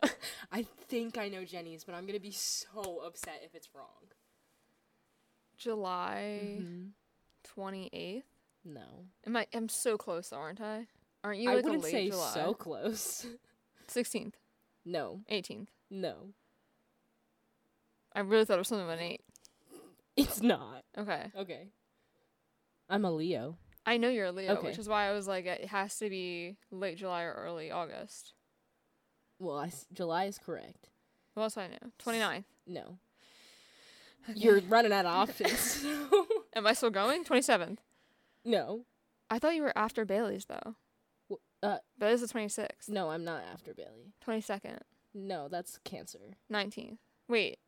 Speaker 1: I think I know Jenny's, but I'm gonna be so upset if it's wrong.
Speaker 2: July
Speaker 1: Mm-hmm.
Speaker 2: twenty eighth.
Speaker 1: No,
Speaker 2: Am I? I'm so close, though, aren't I? Aren't you?
Speaker 1: I
Speaker 2: like
Speaker 1: wouldn't
Speaker 2: a late
Speaker 1: say
Speaker 2: July?
Speaker 1: so close.
Speaker 2: Sixteenth,
Speaker 1: No,
Speaker 2: eighteenth.
Speaker 1: no,
Speaker 2: I really thought it was something about an eight.
Speaker 1: it's not.
Speaker 2: Okay.
Speaker 1: Okay, I'm a Leo.
Speaker 2: I know you're a Leo,
Speaker 1: Okay.
Speaker 2: which is why I was like, it has to be late July or early August.
Speaker 1: Well, I s July is correct.
Speaker 2: What else do I know? 29th.
Speaker 1: No, you're running out of options.
Speaker 2: Am I still going? 27th.
Speaker 1: no,
Speaker 2: I thought you were after Bailey's though.
Speaker 1: Wh- uh,
Speaker 2: Bailey's the 26th.
Speaker 1: no, I'm not after Bailey.
Speaker 2: 22nd.
Speaker 1: No, that's Cancer.
Speaker 2: 19th. Wait.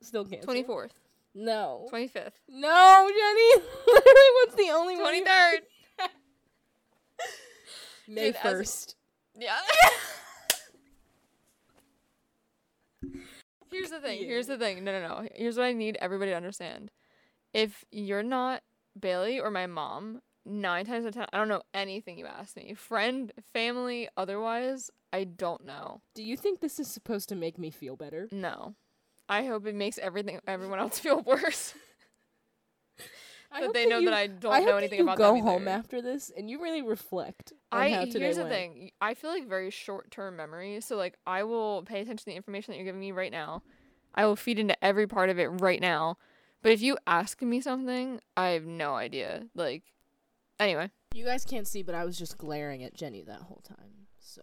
Speaker 1: Still Cancer.
Speaker 2: 24th.
Speaker 1: No.
Speaker 2: 25th.
Speaker 1: No, Jenny. Literally, what's the only one? you-
Speaker 2: 23rd.
Speaker 1: May
Speaker 2: Dude, as-
Speaker 1: first.
Speaker 2: Yeah. Here's the thing. Here's the thing. No, no, no. Here's what I need everybody to understand. If you're not Bailey or my mom, nine times out of ten, I don't know anything you ask me. Friend, family, otherwise, I don't know.
Speaker 1: Do you think this is supposed to make me feel better?
Speaker 2: No. I hope it makes everything everyone else feel worse.
Speaker 1: I
Speaker 2: that
Speaker 1: hope
Speaker 2: they know
Speaker 1: you-
Speaker 2: that I don't
Speaker 1: I
Speaker 2: know
Speaker 1: hope
Speaker 2: anything
Speaker 1: that you
Speaker 2: about
Speaker 1: go
Speaker 2: them
Speaker 1: home
Speaker 2: either.
Speaker 1: after this and you really reflect on
Speaker 2: I
Speaker 1: how today
Speaker 2: here's
Speaker 1: went.
Speaker 2: the thing. I feel like very short term memory, so like I will pay attention to the information that you're giving me right now. I will feed into every part of it right now. But if you ask me something, I have no idea. Like anyway.
Speaker 1: You guys can't see, but I was just glaring at Jenny that whole time. So,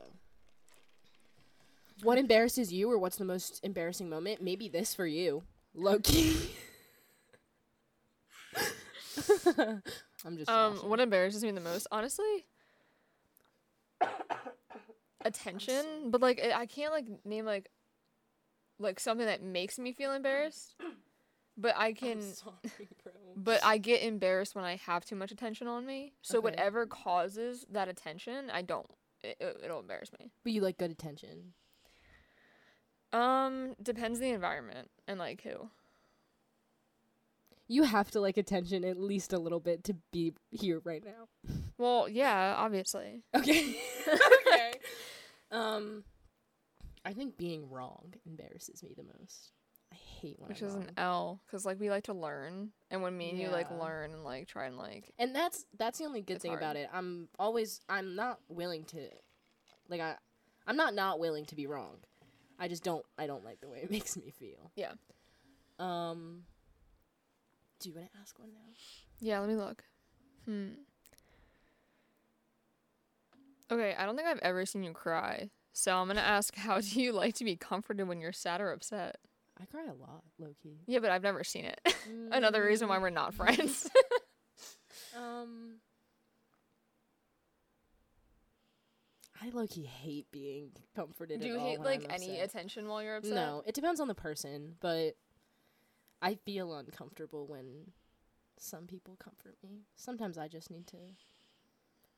Speaker 1: what embarrasses you, or what's the most embarrassing moment? Maybe this for you, Loki. I'm just.
Speaker 2: Um
Speaker 1: joshing.
Speaker 2: what embarrasses me the most, honestly? attention, but like I- I can't like name like like something that makes me feel embarrassed. But I
Speaker 1: I'm
Speaker 2: can
Speaker 1: sorry, bro.
Speaker 2: but I get embarrassed when I have too much attention on me. So
Speaker 1: Okay.
Speaker 2: whatever causes that attention, I don't it, it, it'll embarrass me.
Speaker 1: But you like good attention.
Speaker 2: Um depends the environment and like who.
Speaker 1: You have to like attention at least a little bit to be here right now.
Speaker 2: Well, yeah, obviously.
Speaker 1: Okay. okay. Um, I think being wrong embarrasses me the most. I hate when
Speaker 2: Which
Speaker 1: I'm
Speaker 2: is
Speaker 1: wrong.
Speaker 2: an L cuz like we like to learn and when me and you like
Speaker 1: Yeah.
Speaker 2: learn and like try and like
Speaker 1: and that's that's the only good
Speaker 2: It's
Speaker 1: thing about
Speaker 2: hard.
Speaker 1: it. I'm always I'm not willing to, like I, I'm not not willing to be wrong. I just don't I don't like the way it makes me feel.
Speaker 2: Yeah.
Speaker 1: Um. Do you want to ask one now?
Speaker 2: Yeah, let me look. Hmm. Okay, I don't think I've ever seen you cry. So I'm gonna ask, how do you like to be comforted when you're sad or upset?
Speaker 1: I cry a lot, low key.
Speaker 2: Yeah, but I've never seen it.
Speaker 1: Mm,
Speaker 2: Another reason why we're not friends.
Speaker 1: Um, I low key hate being comforted.
Speaker 2: do
Speaker 1: at
Speaker 2: you
Speaker 1: all
Speaker 2: hate
Speaker 1: when I'm
Speaker 2: like any
Speaker 1: upset.
Speaker 2: attention while you're upset?
Speaker 1: No, it depends on the person, but I feel uncomfortable when some people comfort me. Sometimes I just need to.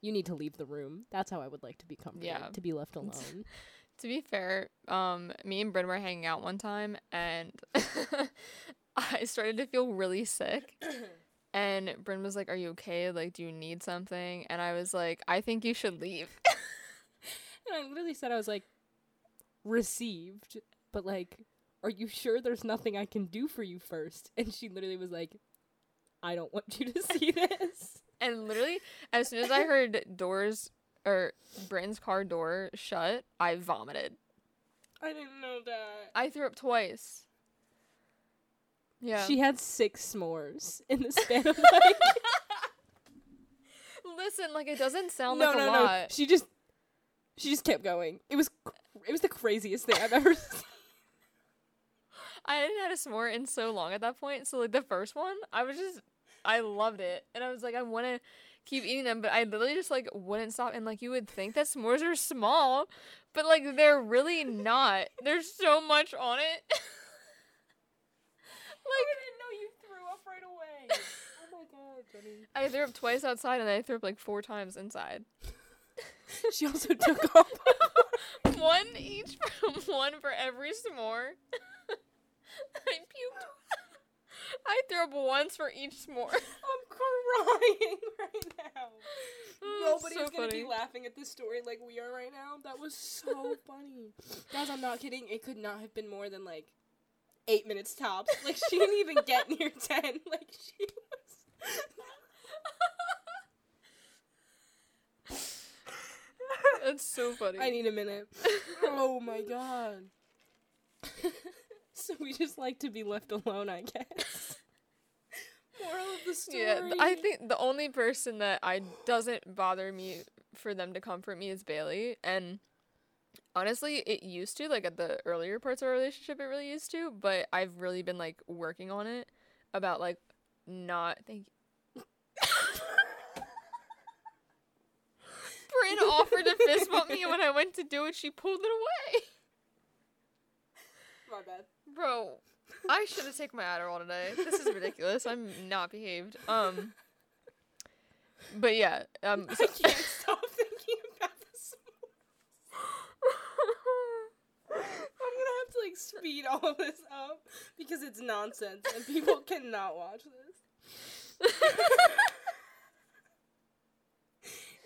Speaker 1: You need to leave the room. That's how I would like to be comforted.
Speaker 2: Yeah.
Speaker 1: To be left alone.
Speaker 2: To be fair, um, me and Bryn were hanging out one time, and I started to feel really sick. And Bryn was like, "Are you okay? Like, do you need something?" And I was like, "I think you should leave."
Speaker 1: and I literally said I was like received, but like, are you sure there's nothing I can do for you first? And she literally was like, I don't want you to see this.
Speaker 2: And literally, as soon as I heard doors or Bryn's car door shut, I vomited.
Speaker 1: I didn't know that.
Speaker 2: I threw up twice. Yeah.
Speaker 1: She had six s'mores in the span of like
Speaker 2: Listen, like it doesn't sound like a lot.
Speaker 1: She just she just kept going. It was cr- it was the craziest thing I've ever seen.
Speaker 2: I hadn't had a s'more in so long at that point. So like the first one, I was just I loved it. And I was like, I wanna keep eating them, but I literally just like wouldn't stop and like you would think that s'mores are small, but like they're really not. There's so much on it. like
Speaker 1: didn't know you threw up right away. Oh my god, Jenny.
Speaker 2: I threw up twice outside and I threw up like four times inside.
Speaker 1: She also took off.
Speaker 2: one each from one for every s'more. I puked. I threw up once for each s'more.
Speaker 1: I'm crying right now.
Speaker 2: Oh, it's
Speaker 1: Nobody's
Speaker 2: so
Speaker 1: gonna
Speaker 2: funny.
Speaker 1: be laughing at this story like we are right now. That was so funny, guys. I'm not kidding. It could not have been more than like eight minutes tops. Like she didn't even get near ten. Like she was.
Speaker 2: That's so funny.
Speaker 1: I need a minute. Oh my god. so we just like to be left alone, I guess. Moral of the story.
Speaker 2: yeah, th- I think the only person that I doesn't bother me for them to comfort me is Bailey, and honestly, it used to like at the earlier parts of our relationship, it really used to, but I've really been like working on it about like not thank Bryn offered to fist bump me, and when I went to do it, she pulled it away.
Speaker 1: My bad.
Speaker 2: Bro, I should have taken my Adderall today. This is ridiculous. I'm not behaved. Um, but yeah. Um,
Speaker 1: I
Speaker 2: so-
Speaker 1: can't stop thinking about this. I'm gonna have to like speed all of this up because it's nonsense and people cannot watch this.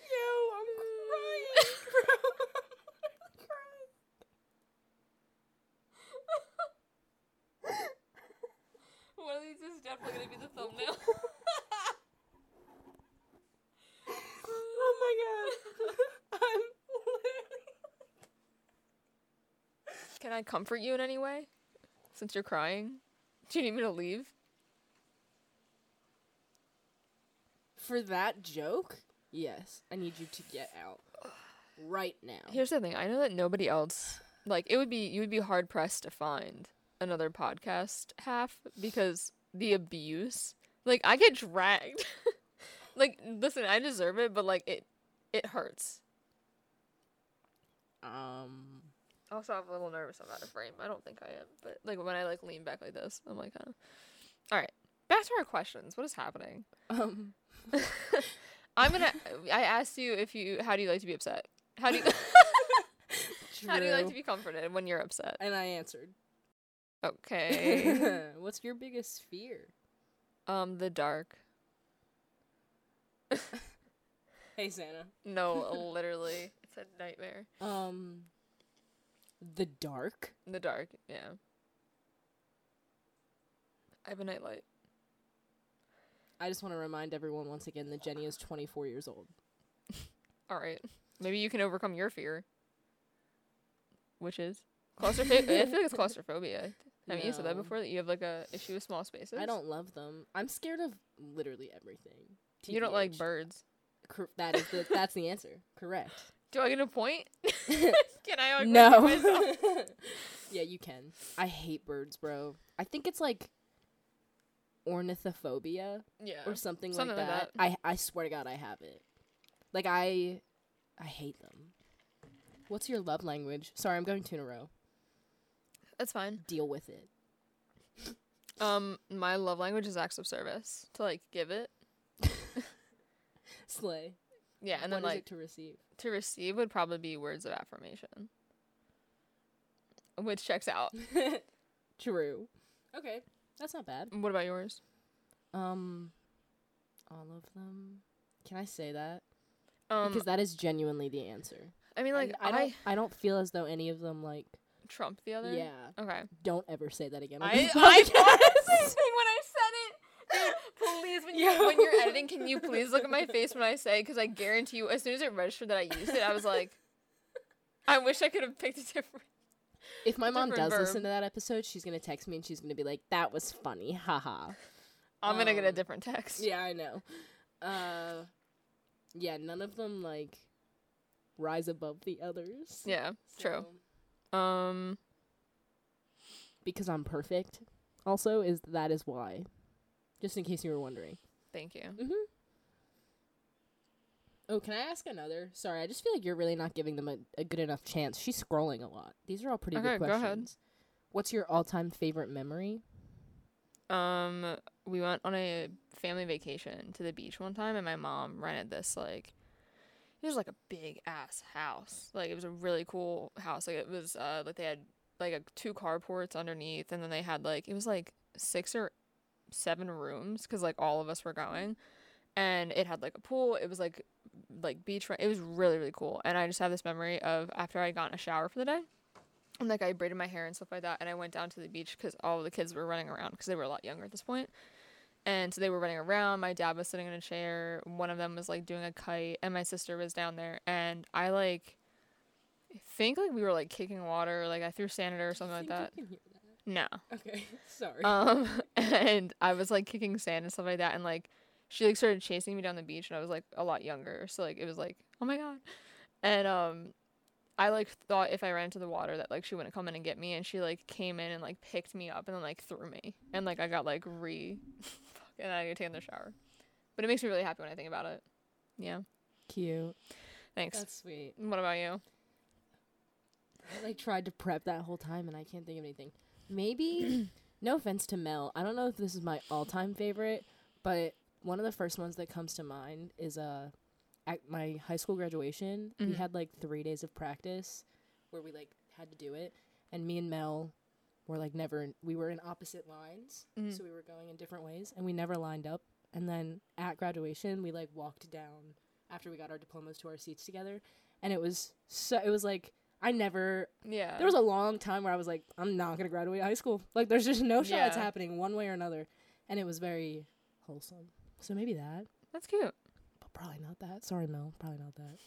Speaker 1: Yo, I'm crying, bro. I'm crying.
Speaker 2: One of these is definitely gonna be the thumbnail.
Speaker 1: Oh my god. I'm literally.
Speaker 2: Can I comfort you in any way? Since you're crying, do you need me to leave?
Speaker 1: For that joke? Yes, I need you to get out. Right now.
Speaker 2: Here's the thing. I know that nobody else like it would be you would be hard pressed to find another podcast half because the abuse. Like I get dragged. like listen, I deserve it, but like it it hurts.
Speaker 1: Um,
Speaker 2: Also, I'm a little nervous. I'm out of frame. I don't think I am, but like when I like lean back like this, I'm like, huh. All right, back to our questions. What is happening?
Speaker 1: um,
Speaker 2: I'm gonna. I asked you if you how do you like to be upset? How do you how do you like
Speaker 1: Drew.
Speaker 2: to be comforted when you're upset?
Speaker 1: And I answered.
Speaker 2: Okay.
Speaker 1: What's your biggest fear?
Speaker 2: um, the dark.
Speaker 1: Hey Santa.
Speaker 2: No, literally, it's a nightmare.
Speaker 1: Um, the dark.
Speaker 2: The dark. Yeah. I have a nightlight.
Speaker 1: I just want to remind everyone once again that Jenny is 24 years old.
Speaker 2: All right. Maybe you can overcome your fear, which is claustrophobia. I feel like it's claustrophobia. I mean, you said that
Speaker 1: No.
Speaker 2: before that you have like a issue with small spaces.
Speaker 1: I don't love them. I'm scared of literally everything.
Speaker 2: You don't like
Speaker 1: TBH.
Speaker 2: birds.
Speaker 1: Cor- that is the, that's the answer. Correct.
Speaker 2: Do I get a point? can I? outgrow myself?
Speaker 1: no. yeah, you can. I hate birds, bro. I think it's like ornithophobia
Speaker 2: Yeah.
Speaker 1: or something,
Speaker 2: Something
Speaker 1: like
Speaker 2: like
Speaker 1: that. I I swear to God, I have it. Like I, I hate them. What's your love language? Sorry, I'm going two in a row.
Speaker 2: That's fine.
Speaker 1: Deal with it.
Speaker 2: Um, my love language is acts of service to like give it.
Speaker 1: Slay.
Speaker 2: Yeah, and then
Speaker 1: What is
Speaker 2: like
Speaker 1: it to receive?
Speaker 2: to receive would probably be words of affirmation, which checks out.
Speaker 1: True. Okay, that's not bad.
Speaker 2: What about yours?
Speaker 1: Um, all of them. Can I say that?
Speaker 2: Um,
Speaker 1: Because that is genuinely the answer.
Speaker 2: I mean, like
Speaker 1: And I don't. I don't feel as though any of them like.
Speaker 2: trump the other.
Speaker 1: Yeah.
Speaker 2: Okay.
Speaker 1: Don't ever say that again. on
Speaker 2: I,
Speaker 1: this
Speaker 2: I
Speaker 1: podcast.
Speaker 2: thought the same thing when I said it. Dude, please, when, you, when you're editing, can you please look at my face when I say? Because I guarantee you, as soon as it registered that I used it, I was like, I wish I could have picked a different.
Speaker 1: If my mom does
Speaker 2: different verb.
Speaker 1: listen to that episode, she's gonna text me and she's gonna be like, "That was funny, haha."
Speaker 2: I'm gonna get a
Speaker 1: Um,
Speaker 2: different text.
Speaker 1: Yeah, I know. Uh, yeah, none of them like rise above the others.
Speaker 2: Yeah, true.
Speaker 1: So-
Speaker 2: Um,
Speaker 1: Because I'm perfect. Also, is that is why? Just in case you were wondering.
Speaker 2: thank you.
Speaker 1: Mm-hmm. Oh, can I ask another? Sorry, I just feel like you're really not giving them a, a good enough chance. She's scrolling a lot. These are all pretty
Speaker 2: Okay,
Speaker 1: good
Speaker 2: go
Speaker 1: questions.
Speaker 2: ahead.
Speaker 1: What's your all-time favorite memory?
Speaker 2: Um, we went on a family vacation to the beach one time, and my mom rented this like it was like a big ass house. Like it was a really cool house. Like it was uh like they had like a, two carports underneath, and then they had like it was like six or seven rooms because like all of us were going, and it had like a pool. It was like like beach. fr- It was really really cool, and I just have this memory of after I got in a shower for the day and like I braided my hair and stuff like that, and I went down to the beach because all the kids were running around because they were a lot younger at this point, and so they were running around. My dad was sitting in a chair. One of them was like doing a kite, and my sister was down there, and I like think like we were like kicking water, like I threw sand at her or something like that. No,
Speaker 1: Okay, sorry.
Speaker 2: um, and I was like kicking sand and stuff like that, and like she like started chasing me down the beach, and I was like a lot younger, so like it was like oh my god, and um, I like thought if I ran into the water that like she wouldn't come in and get me, and she like came in and like picked me up and then like threw me, and like I got like re, fuck, and I got taken the shower, but it makes me really happy when I think about it. Yeah,
Speaker 1: Cute.
Speaker 2: thanks.
Speaker 1: That's sweet.
Speaker 2: what about you?
Speaker 1: I like tried to prep that whole time and I can't think of anything. Maybe no offense to Mel. I don't know if this is my all-time favorite, but one of the first ones that comes to mind is uh at my high school graduation, we
Speaker 2: Mhm.
Speaker 1: had like 3 days of practice where we like had to do it and me and Mel were like never in, we were in opposite lines,
Speaker 2: Mhm.
Speaker 1: so we were going in different ways and we never lined up. And then at graduation, we like walked down after we got our diplomas to our seats together and it was so it was like I never
Speaker 2: Yeah,
Speaker 1: there was a long time where I was like, I'm not gonna graduate high school. Like, there's just no shot it's
Speaker 2: Yeah.
Speaker 1: happening one way or another, and it was very wholesome. So maybe that,
Speaker 2: that's cute.
Speaker 1: but probably not that. Sorry, Mel, probably not that.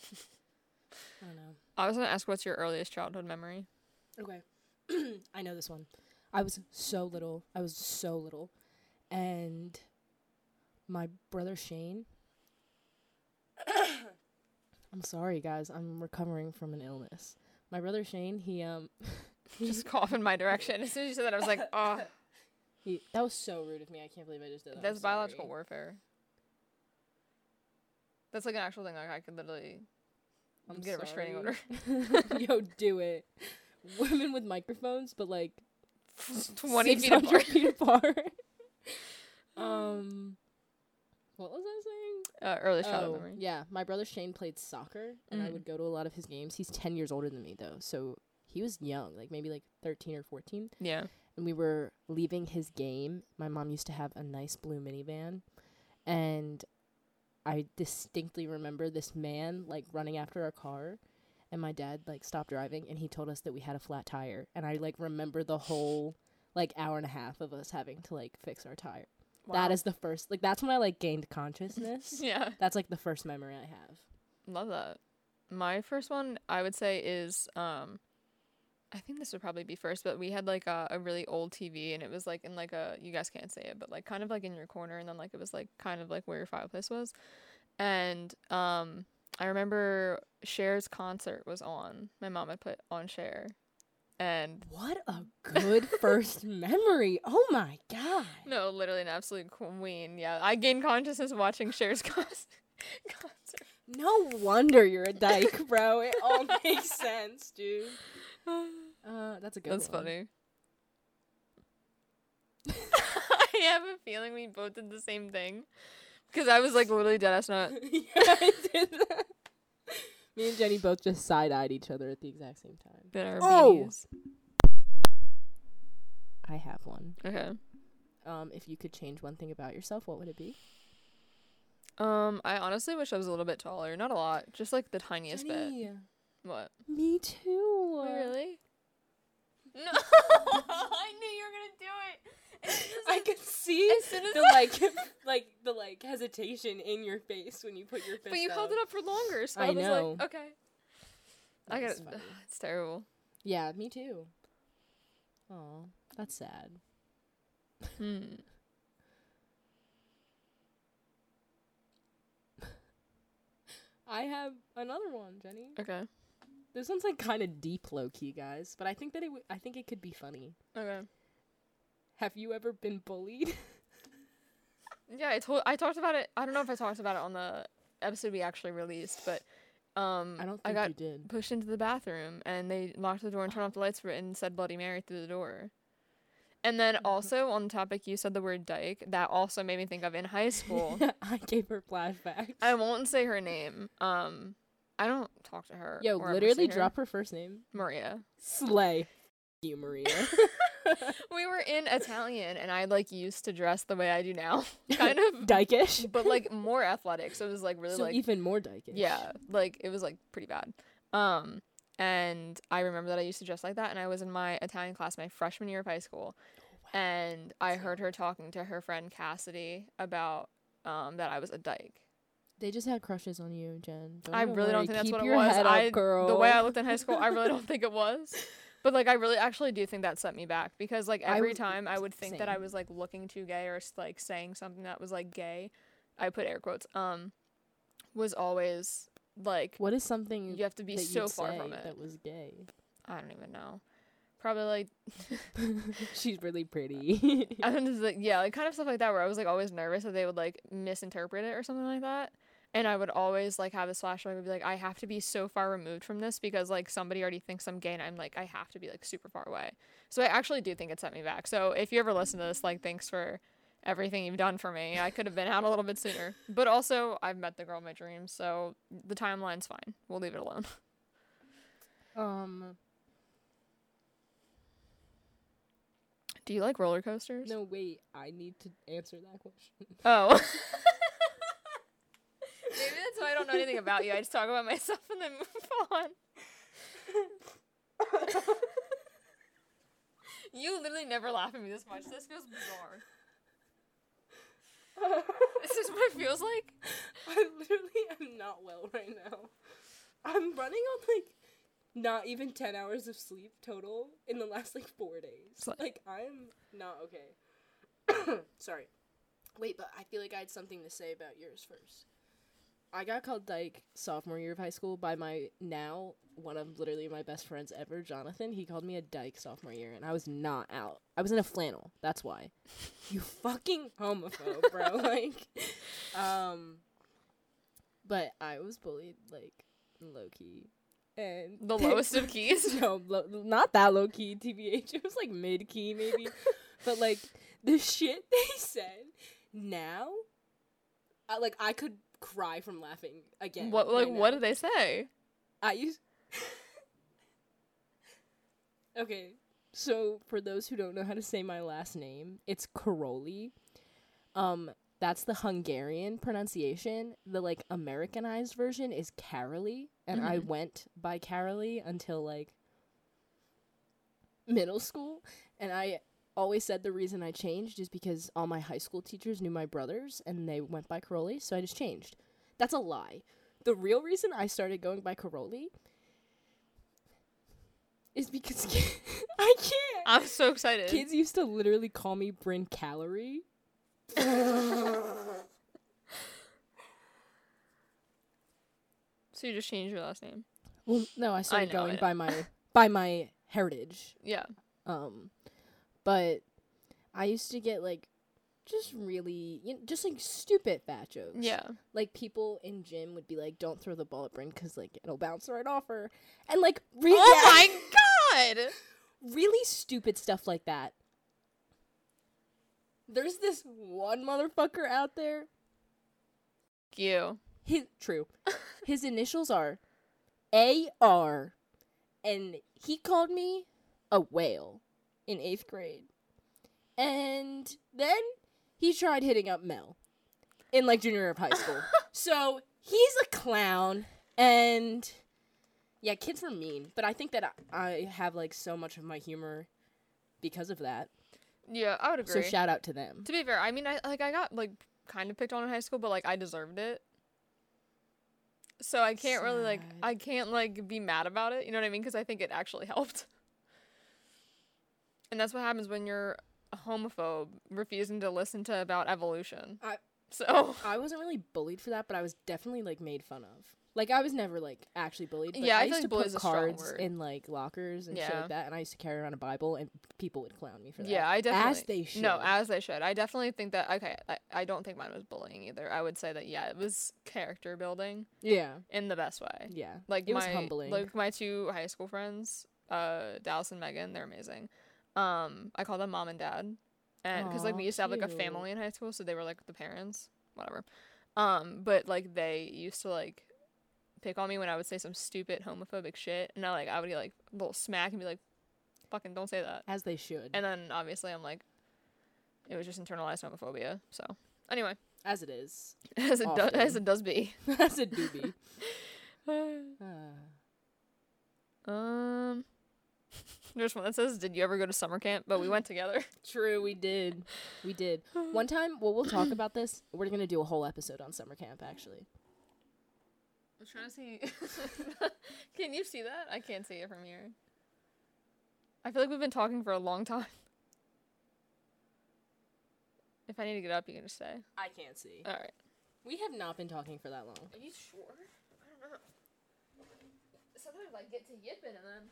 Speaker 1: I don't know.
Speaker 2: I was gonna ask what's your earliest childhood memory.
Speaker 1: Okay, I know this one. I was so little. I was so little, and my brother Shane. I'm sorry, guys. I'm recovering from an illness. My brother Shane, he um,
Speaker 2: Just cough in my direction. As soon as you said that, I was like, oh,
Speaker 1: He, that was so rude of me. I can't believe I just did that. I'm
Speaker 2: That's biological
Speaker 1: sorry.
Speaker 2: warfare. That's like an actual thing. Like I could literally I'm get a restraining order.
Speaker 1: Yo, do it. Women with microphones, but like
Speaker 2: 20 feet
Speaker 1: 600
Speaker 2: apart.
Speaker 1: feet apart. um, what was I saying?
Speaker 2: Uh, early childhood
Speaker 1: Oh,
Speaker 2: memory.
Speaker 1: yeah. My brother Shane played soccer, and I
Speaker 2: Mm.
Speaker 1: would go to a lot of his games. He's 10 years older than me, though. So he was young, like maybe like 13 or 14.
Speaker 2: Yeah.
Speaker 1: And we were leaving his game. My mom used to have a nice blue minivan. And I distinctly remember this man, like, running after our car. And my dad, like, stopped driving, and he told us that we had a flat tire. And I, like, remember the whole, like, hour and a half of us having to, like, fix our tire. That
Speaker 2: Wow.
Speaker 1: is the first, like, that's when I, like, gained consciousness.
Speaker 2: Yeah.
Speaker 1: That's like the first memory I have.
Speaker 2: Love that. My first one I would say is um I think this would probably be first, but we had like a, a really old TV and it was like in like a you guys can't say it, but like kind of like in your corner and then like it was like kind of like where your fireplace was. And um I remember Cher's concert was on. My mom had put on Cher. And
Speaker 1: What a good first memory. Oh my god.
Speaker 2: no, literally an absolute queen. Yeah. I gained consciousness watching Cher's concert. concert.
Speaker 1: No wonder you're a dyke, bro. It all makes sense, dude. Uh, that's a good
Speaker 2: That's
Speaker 1: one.
Speaker 2: funny. I have a feeling we both did the same thing. Because I was like literally dead ass not.
Speaker 1: yeah, I did that. Me and Jenny both just side eyed each other at the exact same time.
Speaker 2: Been our
Speaker 1: Oh!
Speaker 2: beanies.
Speaker 1: I have one.
Speaker 2: Okay.
Speaker 1: Um, if you could change one thing about yourself, what would it be?
Speaker 2: Um, I honestly wish I was a little bit taller. Not a lot. Just like the tiniest bit. What?
Speaker 1: Me too.
Speaker 2: Oh, Really? No! I knew you were gonna do it! As soon as
Speaker 1: I could see
Speaker 2: as soon as
Speaker 1: the
Speaker 2: I-
Speaker 1: like, like the like hesitation in your face when you put your fist.
Speaker 2: But you
Speaker 1: up.
Speaker 2: held it up for longer, so I,
Speaker 1: I
Speaker 2: was
Speaker 1: know.
Speaker 2: like, okay.
Speaker 1: That
Speaker 2: I got
Speaker 1: was
Speaker 2: it.
Speaker 1: funny.
Speaker 2: It's terrible.
Speaker 1: Yeah, me too. Oh, that's sad.
Speaker 2: Hmm.
Speaker 1: I have another one, Jenny.
Speaker 2: Okay.
Speaker 1: This one's like kind of deep, low key, guys. But I think that it, w- I think it could be funny.
Speaker 2: Okay.
Speaker 1: Have you ever been bullied?
Speaker 2: Yeah, I told I talked about it. I don't know if I talked about it on the episode we actually released, but um
Speaker 1: I don't think
Speaker 2: I got
Speaker 1: you did.
Speaker 2: pushed into the bathroom and they locked the door and turned off the lights for it and said Bloody Mary through the door. And then
Speaker 1: Mm-hmm.
Speaker 2: also on the topic you said the word dyke, that also made me think of in high school.
Speaker 1: I gave her flashbacks.
Speaker 2: I won't say her name. Um I don't talk to her.
Speaker 1: Yo,
Speaker 2: or ever
Speaker 1: literally
Speaker 2: see her.
Speaker 1: drop her first name.
Speaker 2: Maria.
Speaker 1: Slay. F- You, Maria.
Speaker 2: We were in Italian and I like used to dress the way I do now. kind of
Speaker 1: Dykish.
Speaker 2: but like more athletic. So it was like really
Speaker 1: so
Speaker 2: like
Speaker 1: even more dykish.
Speaker 2: Yeah, like it was like pretty bad. Um, and I remember that I used to dress like that, and I was in my Italian class my freshman year of high
Speaker 1: Oh,
Speaker 2: school, and I heard her talking to her friend Cassidy about um that I was a dyke.
Speaker 1: They just had crushes on you, Jen. Don't
Speaker 2: I
Speaker 1: even
Speaker 2: really
Speaker 1: worry.
Speaker 2: don't think that's
Speaker 1: Oh Keep
Speaker 2: what it
Speaker 1: your
Speaker 2: was.
Speaker 1: Head
Speaker 2: I
Speaker 1: up, girl.
Speaker 2: the way I looked in high school, I really don't think it was. But like I really actually do think that set me back because like
Speaker 1: I
Speaker 2: every
Speaker 1: would-
Speaker 2: time I would think that I
Speaker 1: same.
Speaker 2: was like looking too gay or s- like saying something that was like gay, I put air quotes, um was always like
Speaker 1: What is something
Speaker 2: you have to be
Speaker 1: that
Speaker 2: so
Speaker 1: you'd
Speaker 2: far
Speaker 1: say
Speaker 2: from it.
Speaker 1: that was gay?
Speaker 2: I don't even know. Probably like
Speaker 1: She's really pretty.
Speaker 2: I don't know, like yeah, like kind of stuff like that where I was like always nervous that they would like misinterpret it or something like that. And I would always like have this flashback and be like, I have to be so far removed from this because like somebody already thinks I'm gay and I'm like, I have to be like super far away. So I actually do think it set me back. So if you ever listen to this, like thanks for everything you've done for me. I could have been out a little bit sooner. But also I've met the girl of my dreams, so the timeline's fine. We'll leave it alone.
Speaker 1: um.
Speaker 2: Do you like roller coasters?
Speaker 1: No, wait. I need to answer that question.
Speaker 2: Oh. Maybe that's why I don't know anything about you. I just talk about myself and then move on. you literally never laugh at me this much. This feels bizarre. This is what it feels like.
Speaker 1: I literally am not well right now. I'm running on like not even 10 hours of sleep total in the last like four days.
Speaker 2: Sli-
Speaker 1: Like, I'm not okay. Sorry. Wait, but I feel like I had something to say about yours first. I got called Dyke sophomore year of high school by my now one of literally my best friends ever, Jonathan. He called me a Dyke sophomore year, and I was not out. I was in a flannel. That's why. You fucking homophobe, bro. like, um, but I was bullied like low key. And
Speaker 2: The lowest of keys.
Speaker 1: no, lo- not that low key, TBH. It was like mid key, maybe. but like the shit they said now, I, like I could cry from laughing again.
Speaker 2: what like
Speaker 1: right
Speaker 2: what
Speaker 1: now.
Speaker 2: did they say?
Speaker 1: I used. okay, so for those who don't know how to say my last name, it's Karoli. Um, that's the Hungarian pronunciation. The like Americanized version is Carolee, and I
Speaker 2: Mhm.
Speaker 1: went by Carolee until like middle school, and I always said the reason I changed is because all my high school teachers knew my brothers and they went by Caroli, so I just changed. That's a lie. The real reason I started going by Caroli is because I can't.
Speaker 2: I'm so excited.
Speaker 1: Kids used to literally call me Bryn Calorie.
Speaker 2: So you just changed your last name.
Speaker 1: Well, no, I started
Speaker 2: know
Speaker 1: going
Speaker 2: it.
Speaker 1: by my by my heritage.
Speaker 2: Yeah.
Speaker 1: Um, but I used to get like just really, you know, just like stupid fat jokes.
Speaker 2: Yeah.
Speaker 1: like people in gym would be like, "Don't throw the ball at Bryn because like it'll bounce right off her," and like really,
Speaker 2: Oh my god.
Speaker 1: really stupid stuff like that. There's this one motherfucker out there.
Speaker 2: Fuck You.
Speaker 1: His true, his initials are A R, and he called me a whale in eighth grade, and then he tried hitting up Mel in like junior year of high school. so he's a clown, and yeah, kids were mean, but I think that I, I have like so much of my humor because of that.
Speaker 2: Yeah, I would
Speaker 1: So
Speaker 2: agree.
Speaker 1: shout out to them.
Speaker 2: to be fair, I mean, I like I got like kind of picked on in high school, but like I deserved it. So I can't really like
Speaker 1: Sad.
Speaker 2: I can't like be mad about it. You know what I mean? Because I think it actually helped. And that's what happens when you're a homophobe refusing to listen to about evolution.
Speaker 1: I-
Speaker 2: so
Speaker 1: I wasn't really bullied for that, but I was definitely like made fun of. Like I was never like actually bullied. But
Speaker 2: Yeah, I
Speaker 1: I,
Speaker 2: feel
Speaker 1: used
Speaker 2: like
Speaker 1: to
Speaker 2: bully is
Speaker 1: put
Speaker 2: a strong
Speaker 1: cards
Speaker 2: word.
Speaker 1: in like lockers and shit
Speaker 2: Yeah.
Speaker 1: like that, and I used to carry around a Bible, and people would clown me for that.
Speaker 2: yeah, I definitely
Speaker 1: as they should.
Speaker 2: no, as they should. I definitely think that okay. I, I don't think mine was bullying either. I would say that yeah, it was character building
Speaker 1: yeah,
Speaker 2: in the best way.
Speaker 1: yeah.
Speaker 2: like
Speaker 1: It
Speaker 2: my
Speaker 1: was humbling.
Speaker 2: like my two high school friends uh dallas and megan they're amazing um i call them mom and dad and because like
Speaker 1: Aw,
Speaker 2: we used to have like a
Speaker 1: cute.
Speaker 2: family in high school so they were like the parents whatever um but like they used to like pick on me when i would say some stupid homophobic shit and i like i would get like a little smack and be like fucking don't say that
Speaker 1: As they should.
Speaker 2: and then obviously i'm like it was just internalized homophobia so anyway
Speaker 1: as it is.
Speaker 2: as it does as
Speaker 1: Often.
Speaker 2: it does be
Speaker 1: as it do be. Uh,
Speaker 2: Um, there's one that says, "Did you ever go to summer camp?" But we went together.
Speaker 1: true, we did. We did. One time, well, we'll talk about this. We're gonna do a whole episode on summer camp, actually.
Speaker 2: I'm trying to see. Can you see that? I can't see it from here. I feel like we've been talking for a long time. If I need to get up, you can just stay.
Speaker 1: I can't see.
Speaker 2: All right.
Speaker 1: We have not been talking for that long.
Speaker 2: Are you sure? I don't know. Sometimes I get to yipping and then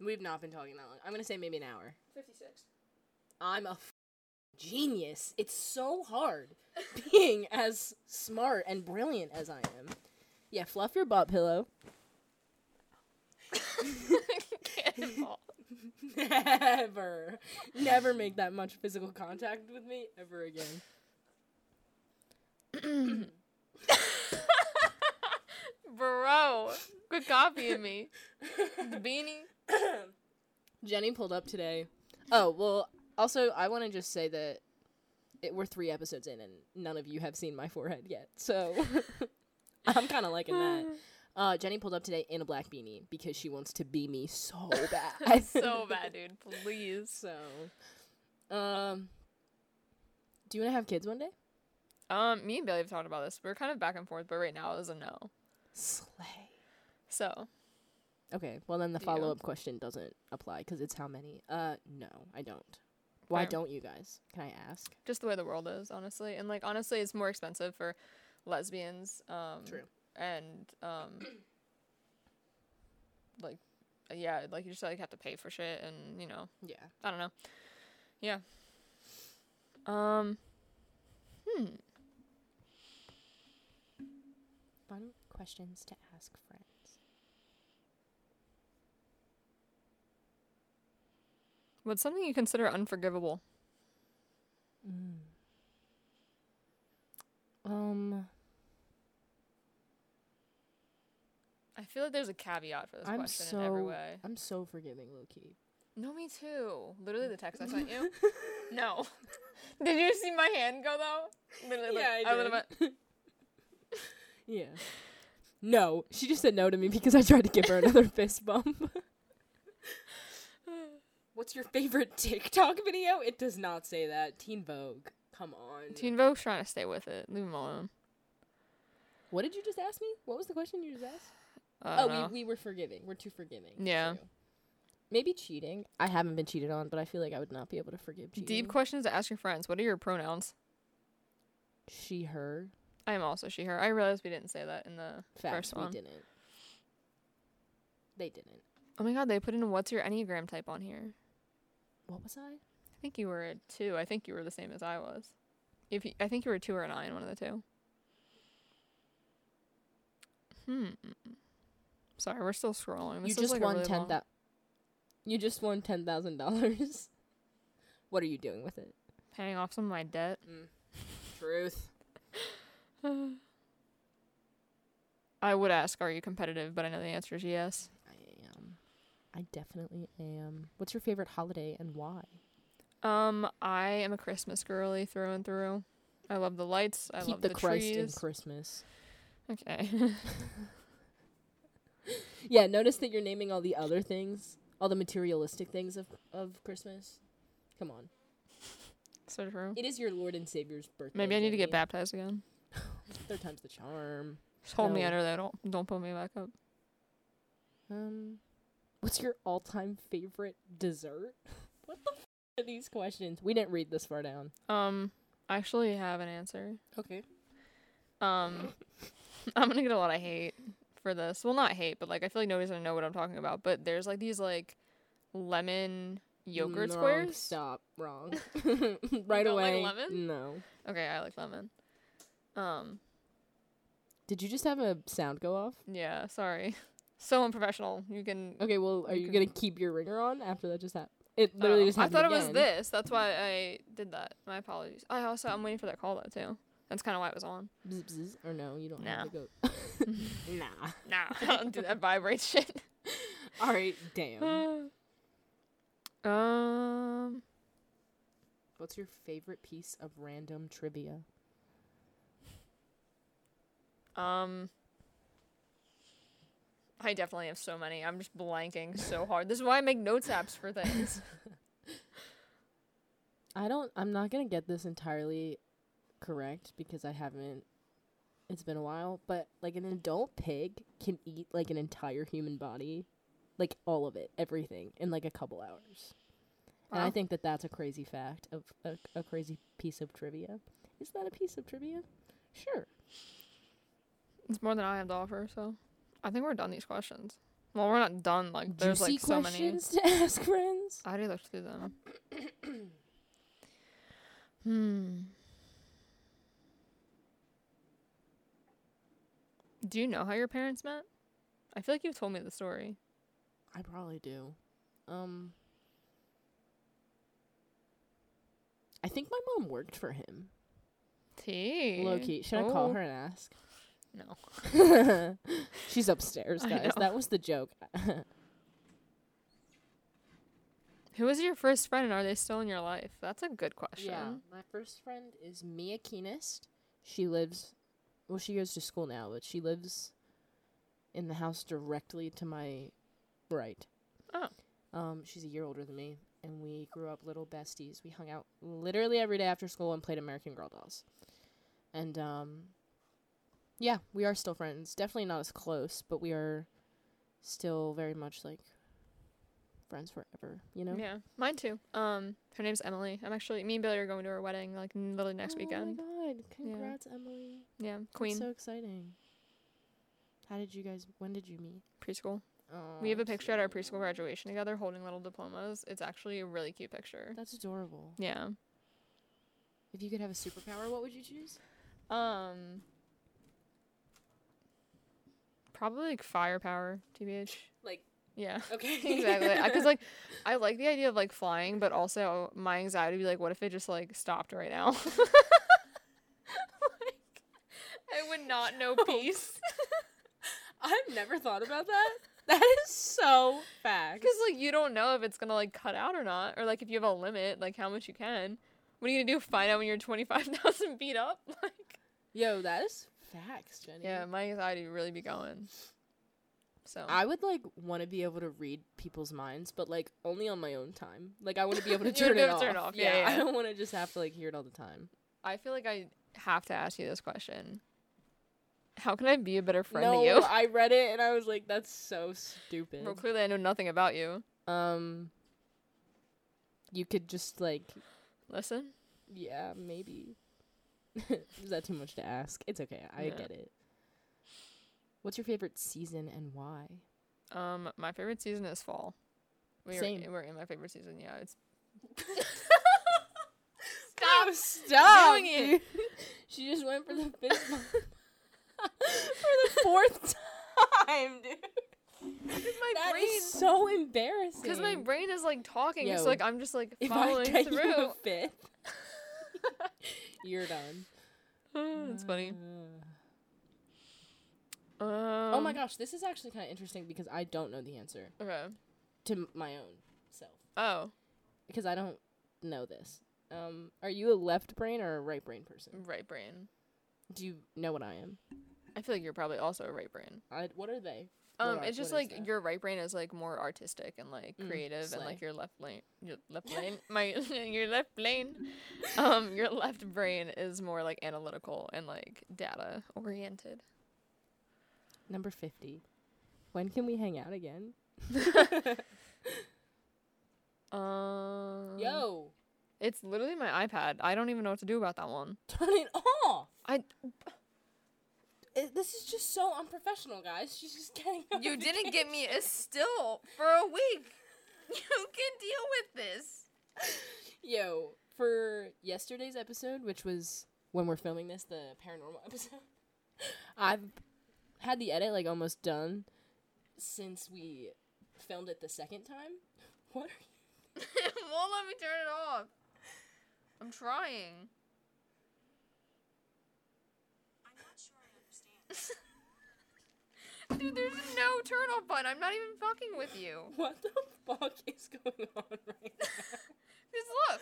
Speaker 1: We've not been talking that long. I'm gonna say maybe an hour.
Speaker 2: 56.
Speaker 1: I'm a f- genius. It's so hard being as smart and brilliant as I am. Yeah, fluff your butt pillow.
Speaker 2: Cannonball.
Speaker 1: Never, never make that much physical contact with me ever again.
Speaker 2: Bro, quit copying me. The beanie.
Speaker 1: Jenny pulled up today. Oh, well, also, I want to just say that it, we're three episodes in and none of you have seen my forehead yet. So I'm kind of liking that. Uh, Jenny pulled up today in a black beanie because she wants to be me so bad.
Speaker 2: so bad, dude. Please.
Speaker 1: So, um, do you want to have kids one day?
Speaker 2: Um, me and Bailey have talked about this. We're kind of back and forth, but right now it is a no.
Speaker 1: Slay.
Speaker 2: So
Speaker 1: Okay. Well, then the
Speaker 2: Do you?
Speaker 1: follow up question doesn't apply because it's how many? Uh, no, I don't. Why
Speaker 2: Fair.
Speaker 1: don't you guys? Can I ask?
Speaker 2: just the way the world is, honestly, and like honestly, it's more expensive for lesbians. Um,
Speaker 1: True.
Speaker 2: And um, like, yeah, like you just like have to pay for shit, and you know,
Speaker 1: Yeah.
Speaker 2: I don't know. Yeah. Um. Hmm.
Speaker 1: Fun questions to ask friends.
Speaker 2: What's something you consider unforgivable?
Speaker 1: Mm. Um,
Speaker 2: I feel like there's a caveat for this
Speaker 1: I'm
Speaker 2: question in every
Speaker 1: so-
Speaker 2: way.
Speaker 1: I'm so forgiving, low key.
Speaker 2: No, me too. Literally the text I sent you. no. Did you see my hand go though? Literally, like,
Speaker 1: Yeah, I
Speaker 2: would've
Speaker 1: did.
Speaker 2: went-
Speaker 1: Yeah. No, she just said no to me because I tried to give her another fist bump. What's your favorite TikTok video? It does not say that. Teen Vogue. Come on.
Speaker 2: Teen Vogue's trying to stay with it. Leave him alone.
Speaker 1: what did you just ask me? What was the question you just asked?
Speaker 2: I don't
Speaker 1: Oh,
Speaker 2: know.
Speaker 1: we, we were forgiving. We're too forgiving.
Speaker 2: Yeah.
Speaker 1: True. Maybe cheating. I haven't been cheated on, but I feel like I would not be able to forgive cheating.
Speaker 2: Deep questions to ask your friends. What are your pronouns?
Speaker 1: she, her.
Speaker 2: I am also she, her. I realized we didn't say that in the
Speaker 1: Facts.
Speaker 2: first
Speaker 1: We
Speaker 2: one.
Speaker 1: didn't. They didn't.
Speaker 2: Oh my god, they put in what's your Enneagram type on here.
Speaker 1: What was I?
Speaker 2: I think you were a two. I think you were the same as I was. If you, I think you were a two or a nine, one of the two. Hmm. Sorry, we're still scrolling. This
Speaker 1: you
Speaker 2: is,
Speaker 1: just
Speaker 2: like, a
Speaker 1: won
Speaker 2: really
Speaker 1: ten
Speaker 2: long-
Speaker 1: thousand. You just won ten thousand dollars. What are you doing with it?
Speaker 2: paying off some of my debt. Mm.
Speaker 1: Truth.
Speaker 2: I would ask, are you competitive? But I know the answer is yes.
Speaker 1: I am. I definitely am. What's your favorite holiday and why?
Speaker 2: Um, I am a Christmas girly through and through. I love the lights. I
Speaker 1: Keep
Speaker 2: love
Speaker 1: the,
Speaker 2: the,
Speaker 1: Christ in
Speaker 2: trees.
Speaker 1: Christmas.
Speaker 2: okay.
Speaker 1: Yeah, notice that you're naming all the other things, all the materialistic things of of Christmas. Come on,
Speaker 2: so true.
Speaker 1: it is your Lord and Savior's birthday.
Speaker 2: Maybe I need to get
Speaker 1: Jamie.
Speaker 2: baptized again.
Speaker 1: Third time's the charm.
Speaker 2: Just hold me
Speaker 1: No.
Speaker 2: under there. Don't don't pull me back up.
Speaker 1: Um, what's your all-time favorite dessert? what the f- are these questions? We didn't read this far down.
Speaker 2: Um, I actually have an answer.
Speaker 1: Okay.
Speaker 2: Um, I'm gonna get a lot of hate for this. Well, not hate, but like I feel like nobody's gonna know what I'm talking about. But there's like these like lemon yogurt squares.
Speaker 1: Stop. Wrong. right
Speaker 2: don't like
Speaker 1: away.
Speaker 2: lemon?
Speaker 1: No.
Speaker 2: Okay, I like lemon. Um,
Speaker 1: Did you just have a sound go off?
Speaker 2: yeah, sorry. So unprofessional. You can.
Speaker 1: Okay. Well, are
Speaker 2: You
Speaker 1: you,
Speaker 2: can-
Speaker 1: gonna keep your ringer on after that just happened? It
Speaker 2: I don't
Speaker 1: literally
Speaker 2: know.
Speaker 1: just
Speaker 2: Oh, I
Speaker 1: happened.
Speaker 2: thought it was
Speaker 1: again.
Speaker 2: this. That's why I did that. My apologies. I also I'm waiting for that call though too. That's kind of why it was on.
Speaker 1: Bzz, bzz, or no, you don't have to go. nah.
Speaker 2: Nah, I don't do that vibrate shit.
Speaker 1: All right. Damn.
Speaker 2: um,
Speaker 1: What's your favorite piece of random trivia?
Speaker 2: um, I definitely have so many. I'm just blanking so hard. This is why I make notes apps for things.
Speaker 1: I don't. I'm not gonna get this entirely correct because I haven't. It's been a while, but like an adult pig can eat like an entire human body, like all of it, everything, in like a couple hours. And I
Speaker 2: Wow.
Speaker 1: think that that's a crazy fact of a, a crazy piece of trivia. Is that a piece of trivia? Sure.
Speaker 2: It's more than I have to offer, so I think we're done these questions. Well, we're not done. Like, there's
Speaker 1: Juicy
Speaker 2: like so many.
Speaker 1: questions to ask friends.
Speaker 2: I already looked through them. hmm. Do you know how your parents met? I feel like you've told me the story.
Speaker 1: I probably do. Um. I think my mom worked for him.
Speaker 2: T.
Speaker 1: Low key. Should I call
Speaker 2: Oh.
Speaker 1: her and ask?
Speaker 2: No.
Speaker 1: She's upstairs,
Speaker 2: I
Speaker 1: guys.
Speaker 2: know.
Speaker 1: That was the joke.
Speaker 2: Who was your first friend and are they still in your life? That's a good question.
Speaker 1: my first friend is Mia Keenest. She lives, well, she goes to school now, but she lives in the house directly to my right.
Speaker 2: Oh.
Speaker 1: Um, she's a year older than me, and we grew up little besties. We hung out literally every day after school and played American Girl dolls. And um, yeah, we are still friends. Definitely not as close, but we are still very much like friends forever. You know.
Speaker 2: Yeah. Mine too. Um, her name's Emily. I'm actually me and Billy are going to her wedding like n- literally next weekend.
Speaker 1: Oh my god! Congrats, Emily.
Speaker 2: Yeah.
Speaker 1: Queen.
Speaker 2: Queen
Speaker 1: so exciting. How did you guys? When did you meet?
Speaker 2: preschool.
Speaker 1: Oh,
Speaker 2: We have a picture at our preschool graduation together holding little diplomas. It's actually a really cute picture.
Speaker 1: That's adorable.
Speaker 2: Yeah.
Speaker 1: If you could have a superpower, what would you choose?
Speaker 2: Um Probably like firepower, TBH.
Speaker 1: Like
Speaker 2: Yeah.
Speaker 1: Okay.
Speaker 2: exactly. Because like, I like the idea of like flying, but also my anxiety would be like, what if it just like stopped right now? like, I would not know
Speaker 1: No.
Speaker 2: peace.
Speaker 1: I've never thought about that. That is so fact.
Speaker 2: Because like you don't know if it's gonna like cut out or not, or like if you have a limit, like how much you can. What are you gonna do? Find out when you're twenty five thousand feet up? Like
Speaker 1: Yo, that is facts, Jenny.
Speaker 2: yeah, my anxiety would really be going. So
Speaker 1: I would like want to be able to read people's minds, but like only on my own time. Like I want to be able to
Speaker 2: You wanna
Speaker 1: turn,
Speaker 2: be
Speaker 1: it,
Speaker 2: able
Speaker 1: off.
Speaker 2: to turn it off, yeah, yeah,
Speaker 1: I
Speaker 2: yeah.
Speaker 1: don't want to just have to like hear it all the time.
Speaker 2: I feel like I have to ask you this question. How can I be a better friend
Speaker 1: no,
Speaker 2: to you?
Speaker 1: I read it and I was like, that's so stupid.
Speaker 2: Well, clearly I know nothing about you.
Speaker 1: Um, you could just like,
Speaker 2: Listen.
Speaker 1: yeah, maybe. is that too much to ask? It's okay. I
Speaker 2: Yeah.
Speaker 1: get it. What's your favorite season and why?
Speaker 2: Um, my favorite season is fall. We're,
Speaker 1: Same.
Speaker 2: we're in my favorite season. Yeah, it's
Speaker 1: Stop! Stop!
Speaker 2: doing it.
Speaker 1: dude. she just went for the fifth month. for the fourth time, dude.
Speaker 2: my
Speaker 1: That
Speaker 2: brain.
Speaker 1: is so embarrassing.
Speaker 2: Because my brain is like talking, so
Speaker 1: Yo.
Speaker 2: like I'm just like
Speaker 1: if I
Speaker 2: following
Speaker 1: get you
Speaker 2: through.
Speaker 1: a fifth, you're done.
Speaker 2: It's funny.
Speaker 1: Uh,
Speaker 2: Um,
Speaker 1: oh my gosh, this is actually kind of interesting because I don't know the answer
Speaker 2: Okay.
Speaker 1: to m- my own self
Speaker 2: Oh,
Speaker 1: because I don't know this. Um, are you a left brain or a right brain person?
Speaker 2: right brain.
Speaker 1: Do you know what I am?
Speaker 2: I feel like you're probably also a right brain.
Speaker 1: I, what are they? What
Speaker 2: Um,
Speaker 1: are-
Speaker 2: it's just
Speaker 1: what is
Speaker 2: like
Speaker 1: that?
Speaker 2: your right brain is like more artistic and like
Speaker 1: Mm,
Speaker 2: creative, and like
Speaker 1: slay.
Speaker 2: your left lane, your left lane, my your left lane, um, your left brain is more like analytical and like data oriented.
Speaker 1: Number 50. When can we hang out again?
Speaker 2: Um,
Speaker 1: Yo,
Speaker 2: it's literally my iPad. I don't even know what to do about that one.
Speaker 1: turn it off.
Speaker 2: I
Speaker 1: It, this is just so unprofessional, guys. She's just getting.
Speaker 2: get me a still for a week. You can deal with this.
Speaker 1: Yo, for yesterday's episode, which was when we're filming this, the paranormal episode, I've had the edit like almost done since we filmed it the second time. What? Are you-
Speaker 2: won't let me turn it off. I'm trying. Dude, there's no turn off button. I'm not even fucking with you.
Speaker 1: What the fuck is going on right now?
Speaker 2: Just look.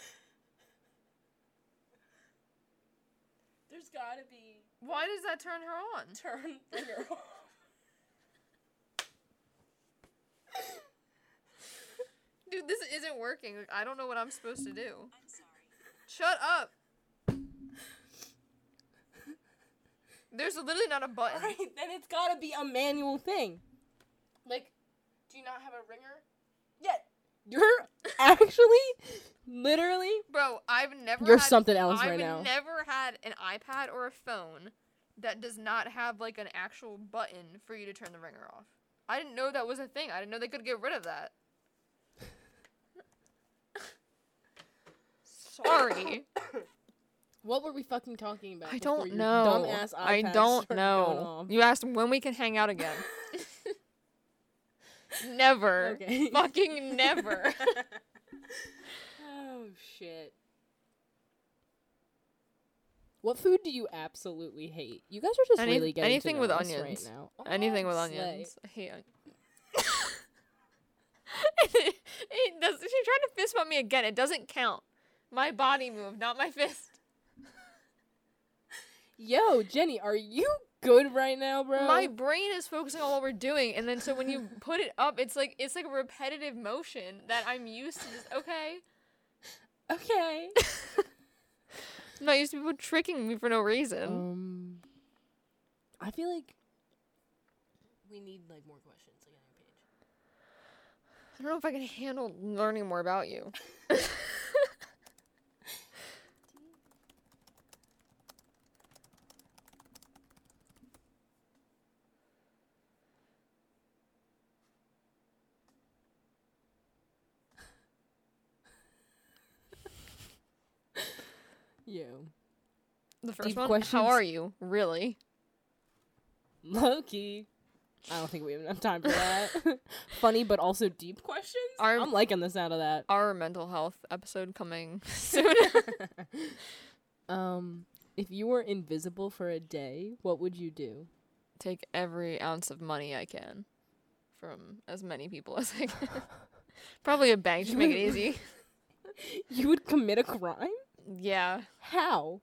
Speaker 1: There's gotta be
Speaker 2: Why does that turn her on?
Speaker 1: turn finger off.
Speaker 2: Dude, this isn't working. Like, I don't know what I'm supposed to do. I'm sorry. Shut up. There's literally not a button.
Speaker 1: Alright, then it's gotta be a manual thing. Like, do you not have a ringer? Yet. You're actually, literally,
Speaker 2: Bro, I've never
Speaker 1: You're
Speaker 2: had-
Speaker 1: something else right
Speaker 2: I've
Speaker 1: now.
Speaker 2: never had an iPad or a phone that does not have like an actual button for you to turn the ringer off. I didn't know that was a thing. I didn't know they could get rid of that. Sorry.
Speaker 1: what were we fucking talking about?
Speaker 2: I
Speaker 1: before
Speaker 2: don't
Speaker 1: your
Speaker 2: know.
Speaker 1: dumbass
Speaker 2: I
Speaker 1: iPad
Speaker 2: don't
Speaker 1: started going
Speaker 2: know.
Speaker 1: off?
Speaker 2: You asked when we can hang out again. never.
Speaker 1: Okay.
Speaker 2: Fucking never.
Speaker 1: oh, shit. What food do you absolutely hate? You guys are just
Speaker 2: Any-
Speaker 1: really getting to
Speaker 2: anything with
Speaker 1: know us
Speaker 2: onions.
Speaker 1: right now.
Speaker 2: Anything
Speaker 1: Oh,
Speaker 2: with
Speaker 1: slay.
Speaker 2: onions. I hate onions. it, it does, she tried to fist bump me again. It doesn't count. My body move, not my fist.
Speaker 1: Yo, Jenny, are you good right now, bro?
Speaker 2: My brain is focusing on what we're doing, and then so when you put it up, it's like it's like a repetitive motion that I'm used to. Just okay.
Speaker 1: okay.
Speaker 2: I'm not used to people tricking me for no reason.
Speaker 1: Um, I feel like we need like more questions like on page.
Speaker 2: I don't know if I can handle learning more about you.
Speaker 1: You
Speaker 2: The first
Speaker 1: Deep
Speaker 2: one.
Speaker 1: questions.
Speaker 2: How are you? Really?
Speaker 1: Loki. I don't think we have enough time for that. Funny but also deep questions.
Speaker 2: Our-
Speaker 1: I'm liking the sound of that.
Speaker 2: Our mental health episode coming soon.
Speaker 1: um, if you were invisible for a day, what would you do?
Speaker 2: Take every ounce of money I can from as many people as I can. Probably a bank to make it easy.
Speaker 1: You would commit a crime?
Speaker 2: Yeah.
Speaker 1: How?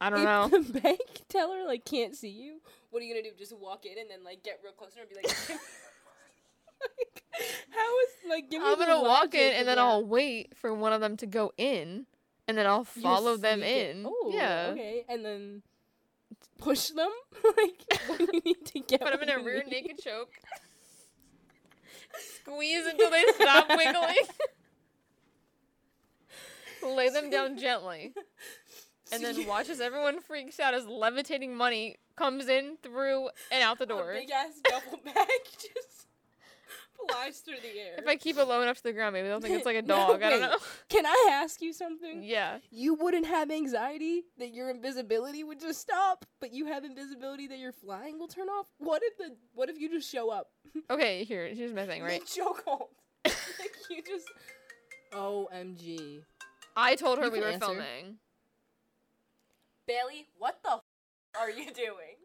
Speaker 2: I don't
Speaker 1: if
Speaker 2: know.
Speaker 1: the bank teller like can't see you, what are you gonna do? Just walk in and then like get real close to her and be like, like how is like give me
Speaker 2: I'm
Speaker 1: the
Speaker 2: gonna walk
Speaker 1: logic
Speaker 2: in
Speaker 1: of
Speaker 2: and then
Speaker 1: that.
Speaker 2: I'll wait for one of them to go in and then I'll
Speaker 1: You
Speaker 2: follow them
Speaker 1: sneak it-
Speaker 2: in.
Speaker 1: Oh,
Speaker 2: yeah.
Speaker 1: Okay, and then push them like when you need to get.
Speaker 2: Put them in
Speaker 1: what
Speaker 2: a
Speaker 1: you
Speaker 2: rear
Speaker 1: need.
Speaker 2: naked choke. Squeeze until they stop wiggling. Lay them down gently. And then watch as everyone freaks out as levitating money comes in through and out the door.
Speaker 1: Big ass duffel bag just flies through the air.
Speaker 2: If I keep it low enough to the ground, maybe they'll think it's like a dog. I don't
Speaker 1: wait.
Speaker 2: know.
Speaker 1: Can I ask you something?
Speaker 2: Yeah.
Speaker 1: You wouldn't have anxiety that your invisibility would just stop, but you have invisibility that your flying will turn off. What if the what if you just show up?
Speaker 2: Okay, here, here's my thing, right?
Speaker 1: Chokehold. like you just. Omg.
Speaker 2: I told her
Speaker 1: You
Speaker 2: we
Speaker 1: can
Speaker 2: were
Speaker 1: answer.
Speaker 2: filming.
Speaker 1: Bailey, what the f- are you doing?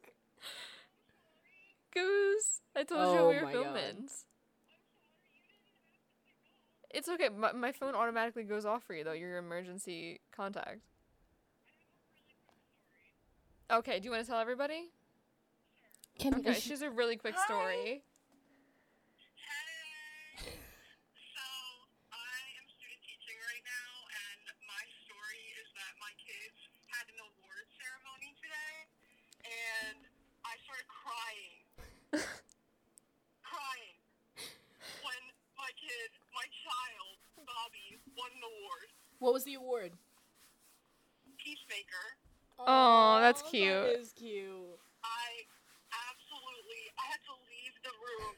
Speaker 2: Goose. I told
Speaker 1: Oh
Speaker 2: you we were
Speaker 1: my God.
Speaker 2: filming. It's okay. My, my phone automatically goes off for you though. Your emergency contact. Okay. Do you want to tell everybody?
Speaker 1: Can
Speaker 2: Okay. She's a really quick
Speaker 3: Hi.
Speaker 2: story.
Speaker 3: So I am student teaching right now, and my story is that my kids had an award ceremony today, and I started crying, crying when my kid, my child, Bobby, won an award,
Speaker 1: What was the award?
Speaker 3: Peacemaker.
Speaker 2: Aw, that's
Speaker 1: Aw,
Speaker 2: cute.
Speaker 1: That is cute.
Speaker 3: I absolutely, I had to leave the room.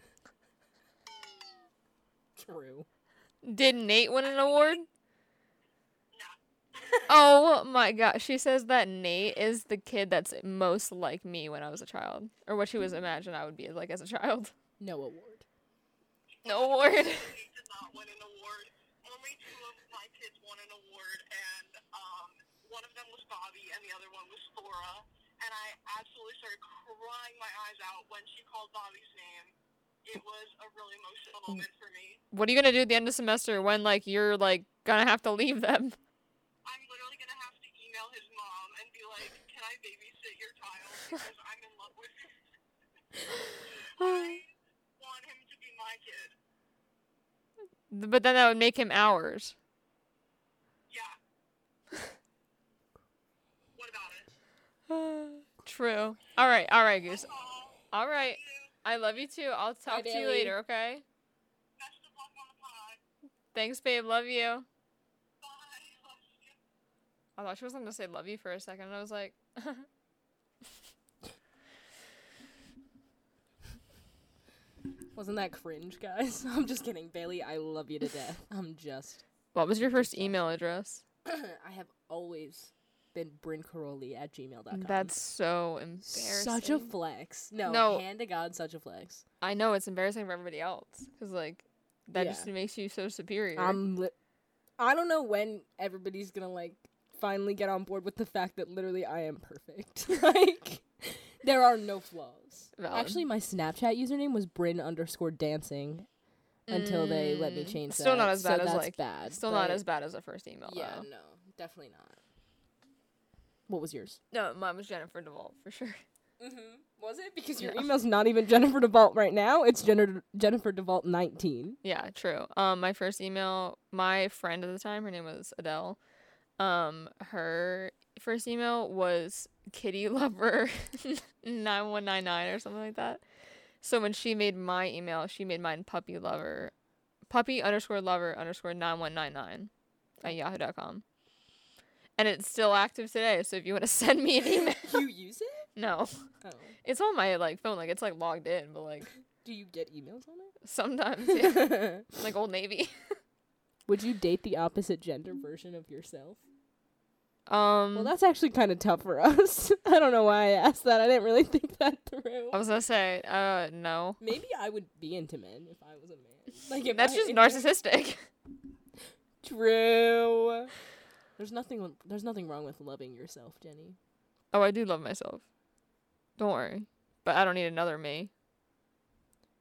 Speaker 1: True.
Speaker 2: Did Nate win an award?
Speaker 3: No.
Speaker 2: Oh my god. She says that Nate is the kid that's most like me when I was a child, or what she was
Speaker 1: Mm-hmm.
Speaker 2: imagined I would be like as a child.
Speaker 1: No award.
Speaker 2: No award.
Speaker 3: They did not win an award. Only two of my kids won an award, and um, one of them was Bobby, and the other one was Thora. And I absolutely started crying my eyes out when she called Bobby's name. It was a really emotional moment for me.
Speaker 2: what are you gonna do at the end of semester when like you're like gonna have to leave them?
Speaker 3: I'm literally gonna have to email his mom and be like, "Can I babysit your child? Because I'm in love with him. I want him to be my kid."
Speaker 2: But then that would make him ours.
Speaker 3: Yeah. what about it?
Speaker 2: True. All right. All right, Goose.
Speaker 3: Oh,
Speaker 2: All right.
Speaker 3: you.
Speaker 2: I love you too. I'll talk to you
Speaker 1: Bailey.
Speaker 2: later. Okay.
Speaker 3: Best of luck on the pod.
Speaker 2: Thanks, babe. Love you.
Speaker 3: Bye. Love you.
Speaker 2: I thought she was gonna say love you for a second, and I was like,
Speaker 1: Wasn't that cringe, guys? I'm just kidding. Bailey, I love you to death. I'm just.
Speaker 2: "What was your first email address?"
Speaker 1: I have always been brincaroli at gmail.com.
Speaker 2: That's so embarrassing.
Speaker 1: such a flex. No,
Speaker 2: No.
Speaker 1: hand to God, such a flex.
Speaker 2: I know it's embarrassing for everybody else because like that
Speaker 1: Yeah.
Speaker 2: just makes you so superior.
Speaker 1: I'm li- I don't know when everybody's gonna like finally get on board with the fact that literally I am perfect. like there are no flaws.
Speaker 2: Valid.
Speaker 1: Actually, my Snapchat username was Bryn underscore dancing until they let me
Speaker 2: Mm,
Speaker 1: change.
Speaker 2: Still not
Speaker 1: that,
Speaker 2: as
Speaker 1: so
Speaker 2: bad as
Speaker 1: that's
Speaker 2: like
Speaker 1: bad.
Speaker 2: Still not
Speaker 1: but-
Speaker 2: as bad as the first email.
Speaker 1: Yeah,
Speaker 2: though.
Speaker 1: no, definitely not. What was yours?
Speaker 2: No, mine was Jennifer Duvall for sure.
Speaker 1: Mm-hmm. Was it because your
Speaker 2: No.
Speaker 1: email's not even Jennifer Devault right now? It's Jennifer Jennifer Devault nineteen.
Speaker 2: Yeah, true. Um, my first email, my friend at the time, her name was Adele. Um, her first email was kitty lover nine one nine nine or something like that. So when she made my email, she made mine puppy lover, puppy underscore lover underscore nine one nine nine at yahoo dot com. And it's still active today. So if you want to send me an email,
Speaker 1: you use it?
Speaker 2: no,
Speaker 1: Oh,
Speaker 2: it's on my like phone. Like it's like logged in, but like
Speaker 1: do you get emails on it?
Speaker 2: sometimes yeah. like Old Navy.
Speaker 1: Would you date the opposite gender version of yourself?
Speaker 2: Um,
Speaker 1: Well, that's actually kind of tough for us. I don't know why I asked that. I didn't really think that through.
Speaker 2: I was gonna say, uh, no.
Speaker 1: Maybe I would be into men if I was a man. Like if
Speaker 2: That's
Speaker 1: I-
Speaker 2: just
Speaker 1: if-
Speaker 2: narcissistic.
Speaker 1: True. There's nothing. There's nothing wrong with loving yourself, Jenny.
Speaker 2: Oh, I do love myself. Don't worry. But I don't need another me.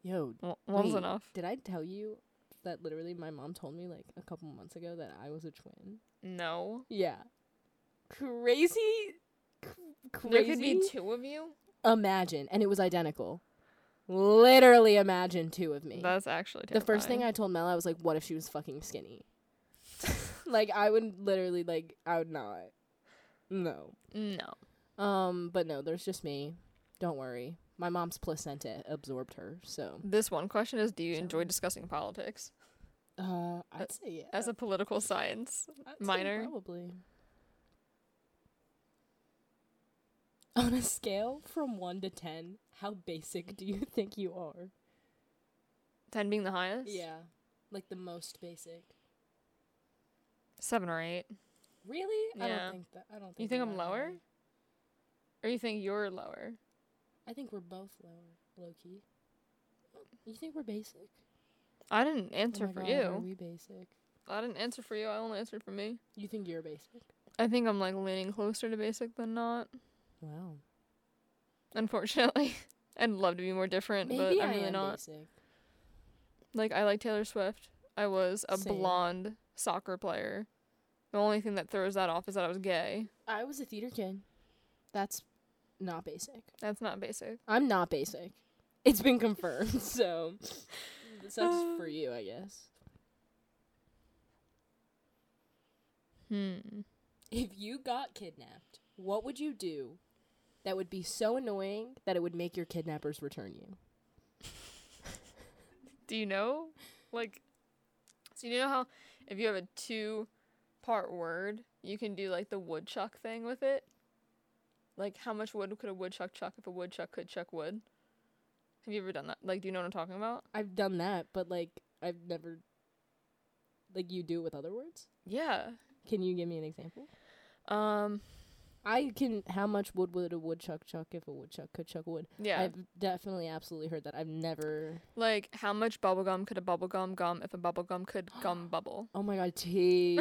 Speaker 1: Yo,
Speaker 2: O- One's
Speaker 1: Wait.
Speaker 2: enough.
Speaker 1: did I tell you that literally my mom told me like a couple months ago that I was a twin?
Speaker 2: No.
Speaker 1: Yeah. Crazy. c-
Speaker 2: There
Speaker 1: Crazy.
Speaker 2: could be two of you.
Speaker 1: imagine, and it was identical. Literally, imagine two of me.
Speaker 2: That's actually
Speaker 1: the first thing
Speaker 2: terrifying.
Speaker 1: I told Mel, I was like, "What if she was fucking skinny?" like I would literally like I would not. No.
Speaker 2: No.
Speaker 1: Um, but no, there's just me. Don't worry. My mom's placenta absorbed her, so
Speaker 2: This one question is: Do you enjoy discussing politics
Speaker 1: uh, I'd say yeah.
Speaker 2: as a political science?
Speaker 1: I'd say
Speaker 2: minor?
Speaker 1: probably. On a scale from one to ten, how basic do you think you are?
Speaker 2: Ten being the highest.
Speaker 1: Yeah, like the most basic.
Speaker 2: Seven or eight.
Speaker 1: Really? I
Speaker 2: Yeah.
Speaker 1: don't think that. I don't. Think
Speaker 2: You think
Speaker 1: we're
Speaker 2: I'm
Speaker 1: that
Speaker 2: lower?
Speaker 1: high.
Speaker 2: Or you think you're lower?
Speaker 1: I think we're both lower, low key. You think we're basic?
Speaker 2: I didn't
Speaker 1: Oh
Speaker 2: answer
Speaker 1: my
Speaker 2: for
Speaker 1: God, Are
Speaker 2: you.
Speaker 1: we basic?
Speaker 2: I didn't answer for you. I only answered for me.
Speaker 1: You think you're basic?
Speaker 2: I think I'm like leaning closer to basic than not.
Speaker 1: Wow.
Speaker 2: Unfortunately, I'd love to be more different,
Speaker 1: Maybe
Speaker 2: but I'm
Speaker 1: I
Speaker 2: really
Speaker 1: am
Speaker 2: not.
Speaker 1: basic.
Speaker 2: Like I like Taylor Swift. I was a
Speaker 1: Same.
Speaker 2: blonde soccer player. The only thing that throws that off is that I was gay.
Speaker 1: I was a theater kid. That's not basic.
Speaker 2: That's not basic.
Speaker 1: I'm not basic. It's been confirmed, so it sucks for you, I guess.
Speaker 2: Hmm.
Speaker 1: If you got kidnapped, what would you do that would be so annoying that it would make your kidnappers return you?
Speaker 2: Do you know? Like so you know how if you have a two part word, you can do like the woodchuck thing with it? Like how much wood could a woodchuck chuck if a woodchuck could chuck wood? Have you ever done that? Like do you know what I'm talking about?
Speaker 1: I've done that, but like I've never like you do it with other words?
Speaker 2: Yeah.
Speaker 1: Can you give me an example?
Speaker 2: Um
Speaker 1: I can how much wood would a woodchuck chuck if a woodchuck could chuck wood?
Speaker 2: yeah.
Speaker 1: I've definitely absolutely heard that. I've never
Speaker 2: Like how much bubblegum could a bubblegum gum if a bubblegum could gum bubble?
Speaker 1: Oh my god, T.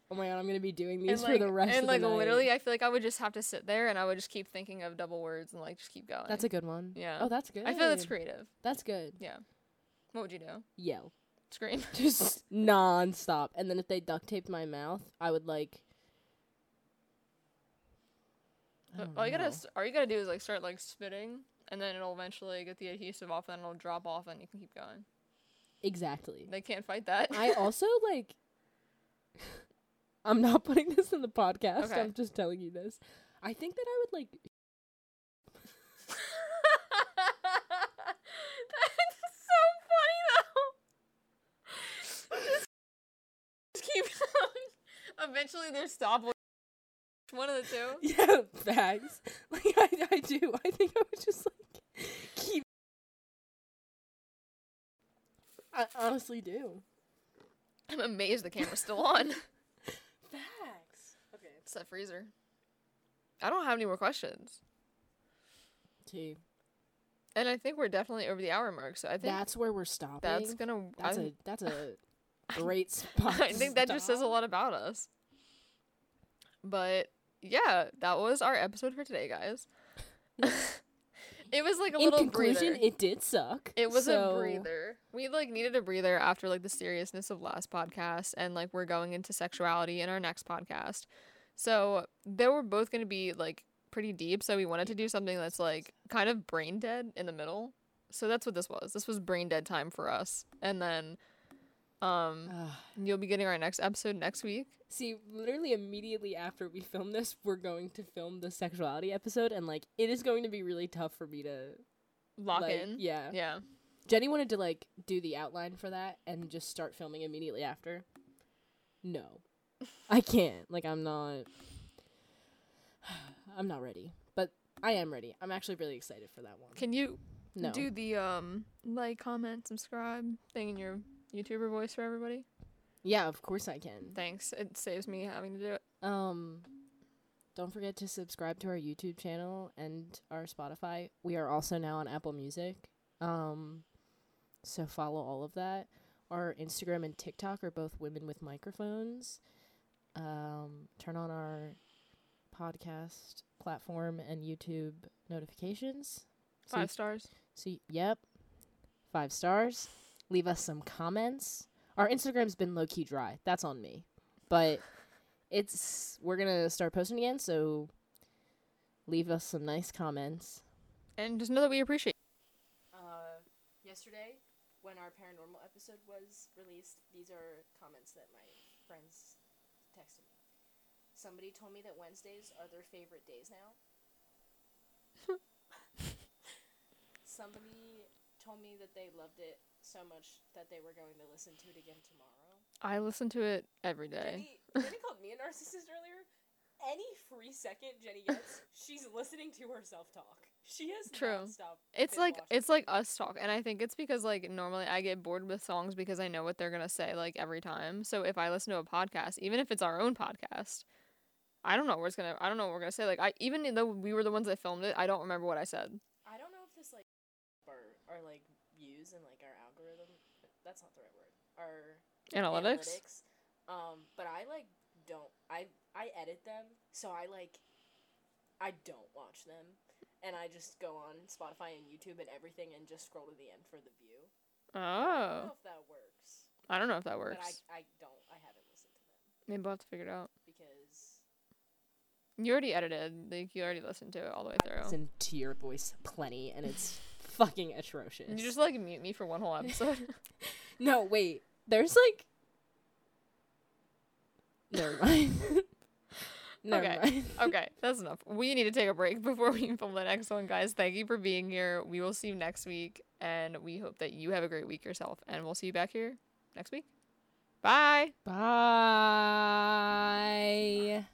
Speaker 1: oh my god, I'm gonna be doing these
Speaker 2: and
Speaker 1: for
Speaker 2: like,
Speaker 1: the rest
Speaker 2: and
Speaker 1: of
Speaker 2: like
Speaker 1: the night.
Speaker 2: literally I feel like I would just have to sit there and I would just keep thinking of double words and like just keep going.
Speaker 1: That's a good one.
Speaker 2: Yeah.
Speaker 1: Oh, that's good.
Speaker 2: I feel that's creative.
Speaker 1: That's good.
Speaker 2: What would you do?
Speaker 1: Yell.
Speaker 2: Scream.
Speaker 1: Just nonstop. And then if they duct taped my mouth, I would like. I don't
Speaker 2: All you gotta
Speaker 1: know.
Speaker 2: s- all you gotta do is like start like spitting, and then it'll eventually get the adhesive off, and then it'll drop off, and you can keep going.
Speaker 1: Exactly.
Speaker 2: They can't fight that.
Speaker 1: I also like. I'm not putting this in the podcast.
Speaker 2: Okay.
Speaker 1: I'm just telling you this. I think that I would like.
Speaker 2: That's so funny though. Just, just keep going. Eventually, they're stopped. One of the two.
Speaker 1: Yeah, bags. Like, I, I do. I think I would just like keep. I honestly do.
Speaker 2: I'm amazed the camera's still on.
Speaker 1: Facts. Okay.
Speaker 2: It's that freezer. I don't have any more questions,
Speaker 1: T.
Speaker 2: and I think we're definitely over the hour mark. So I think
Speaker 1: That's where we're stopping.
Speaker 2: that's gonna.
Speaker 1: That's
Speaker 2: I-
Speaker 1: a that's a great spot.
Speaker 2: I think that just says a lot about us. But yeah, that was our episode for today, guys. it was like a
Speaker 1: In
Speaker 2: little
Speaker 1: conclusion,
Speaker 2: breather.
Speaker 1: it did suck.
Speaker 2: It was
Speaker 1: so-
Speaker 2: a breather. We like needed a breather after like the seriousness of last podcast and like we're going into sexuality in our next podcast. So they were both gonna be like pretty deep, so we wanted to do something that's like kind of brain dead in the middle. So that's what this was. This was brain dead time for us. And then um
Speaker 1: Ugh.
Speaker 2: You'll be getting our next episode next week.
Speaker 1: See, literally immediately after we film this, we're going to film the sexuality episode, and like it is going to be really tough for me to
Speaker 2: Lock
Speaker 1: like,
Speaker 2: in.
Speaker 1: Yeah.
Speaker 2: Yeah.
Speaker 1: Jenny wanted to like do the outline for that and just start filming immediately after. No, I can't. Like I'm not. I'm not ready, but I am ready. I'm actually really excited for that one.
Speaker 2: Can you
Speaker 1: No.
Speaker 2: do the um like, comment, subscribe thing in your YouTuber voice for everybody?
Speaker 1: Yeah, of course I can.
Speaker 2: Thanks. It saves me having to do it.
Speaker 1: Um, Don't forget to subscribe to our YouTube channel and our Spotify. We are also now on Apple Music. Um, so follow all of that. Our Instagram and TikTok are both women with microphones. Um, turn on our podcast platform and YouTube notifications. So you
Speaker 2: Five stars.
Speaker 1: so, y- yep. Five stars. Leave us some comments. Our Instagram's been low key dry. That's on me. But it's we're going to start posting again, so leave us some nice comments.
Speaker 2: And just know that we appreciate
Speaker 1: Uh, yesterday, when our paranormal episode was released, these are comments that my friends texted me. Somebody told me that Wednesdays are their favorite days now. Somebody told me that they loved it so much that they were going to listen to it again tomorrow.
Speaker 2: I listen to it every day.
Speaker 1: Jenny, Jenny called me a narcissist earlier. Any free second Jenny gets, she's listening to herself talk. She has
Speaker 2: True.
Speaker 1: not stopped.
Speaker 2: It's
Speaker 1: been
Speaker 2: like
Speaker 1: watching
Speaker 2: it's like us talk, and I think it's because like normally I get bored with songs because I know what they're gonna say like every time. So if I listen to a podcast, even if it's our own podcast, I don't know where it's gonna. I don't know what we're gonna say. Like I even though we were the ones that filmed it, I don't remember what I said.
Speaker 1: I don't know if this like our our like views and like our algorithm. That's not the right word. Our
Speaker 2: Analytics.
Speaker 1: Um, but I like don't I I edit them, so I like I don't watch them, and I just go on Spotify and YouTube and everything and just scroll to the end for the view. I don't
Speaker 2: Oh,
Speaker 1: know if that works,
Speaker 2: I don't know if that works.
Speaker 1: but I I don't I haven't listened to them
Speaker 2: Maybe we'll have to figure it out.
Speaker 1: because
Speaker 2: You already edited. Like you already listened to it all the way
Speaker 1: I
Speaker 2: through.
Speaker 1: listen to your voice plenty, and it's fucking atrocious.
Speaker 2: You just like mute me for one whole episode.
Speaker 1: No, wait. There's like. Never mind. Never
Speaker 2: Okay.
Speaker 1: mind.
Speaker 2: okay, that's enough. We need to take a break before we film the next one, guys. Thank you for being here. We will see you next week, and we hope that you have a great week yourself. And we'll see you back here next week. Bye.
Speaker 1: Bye.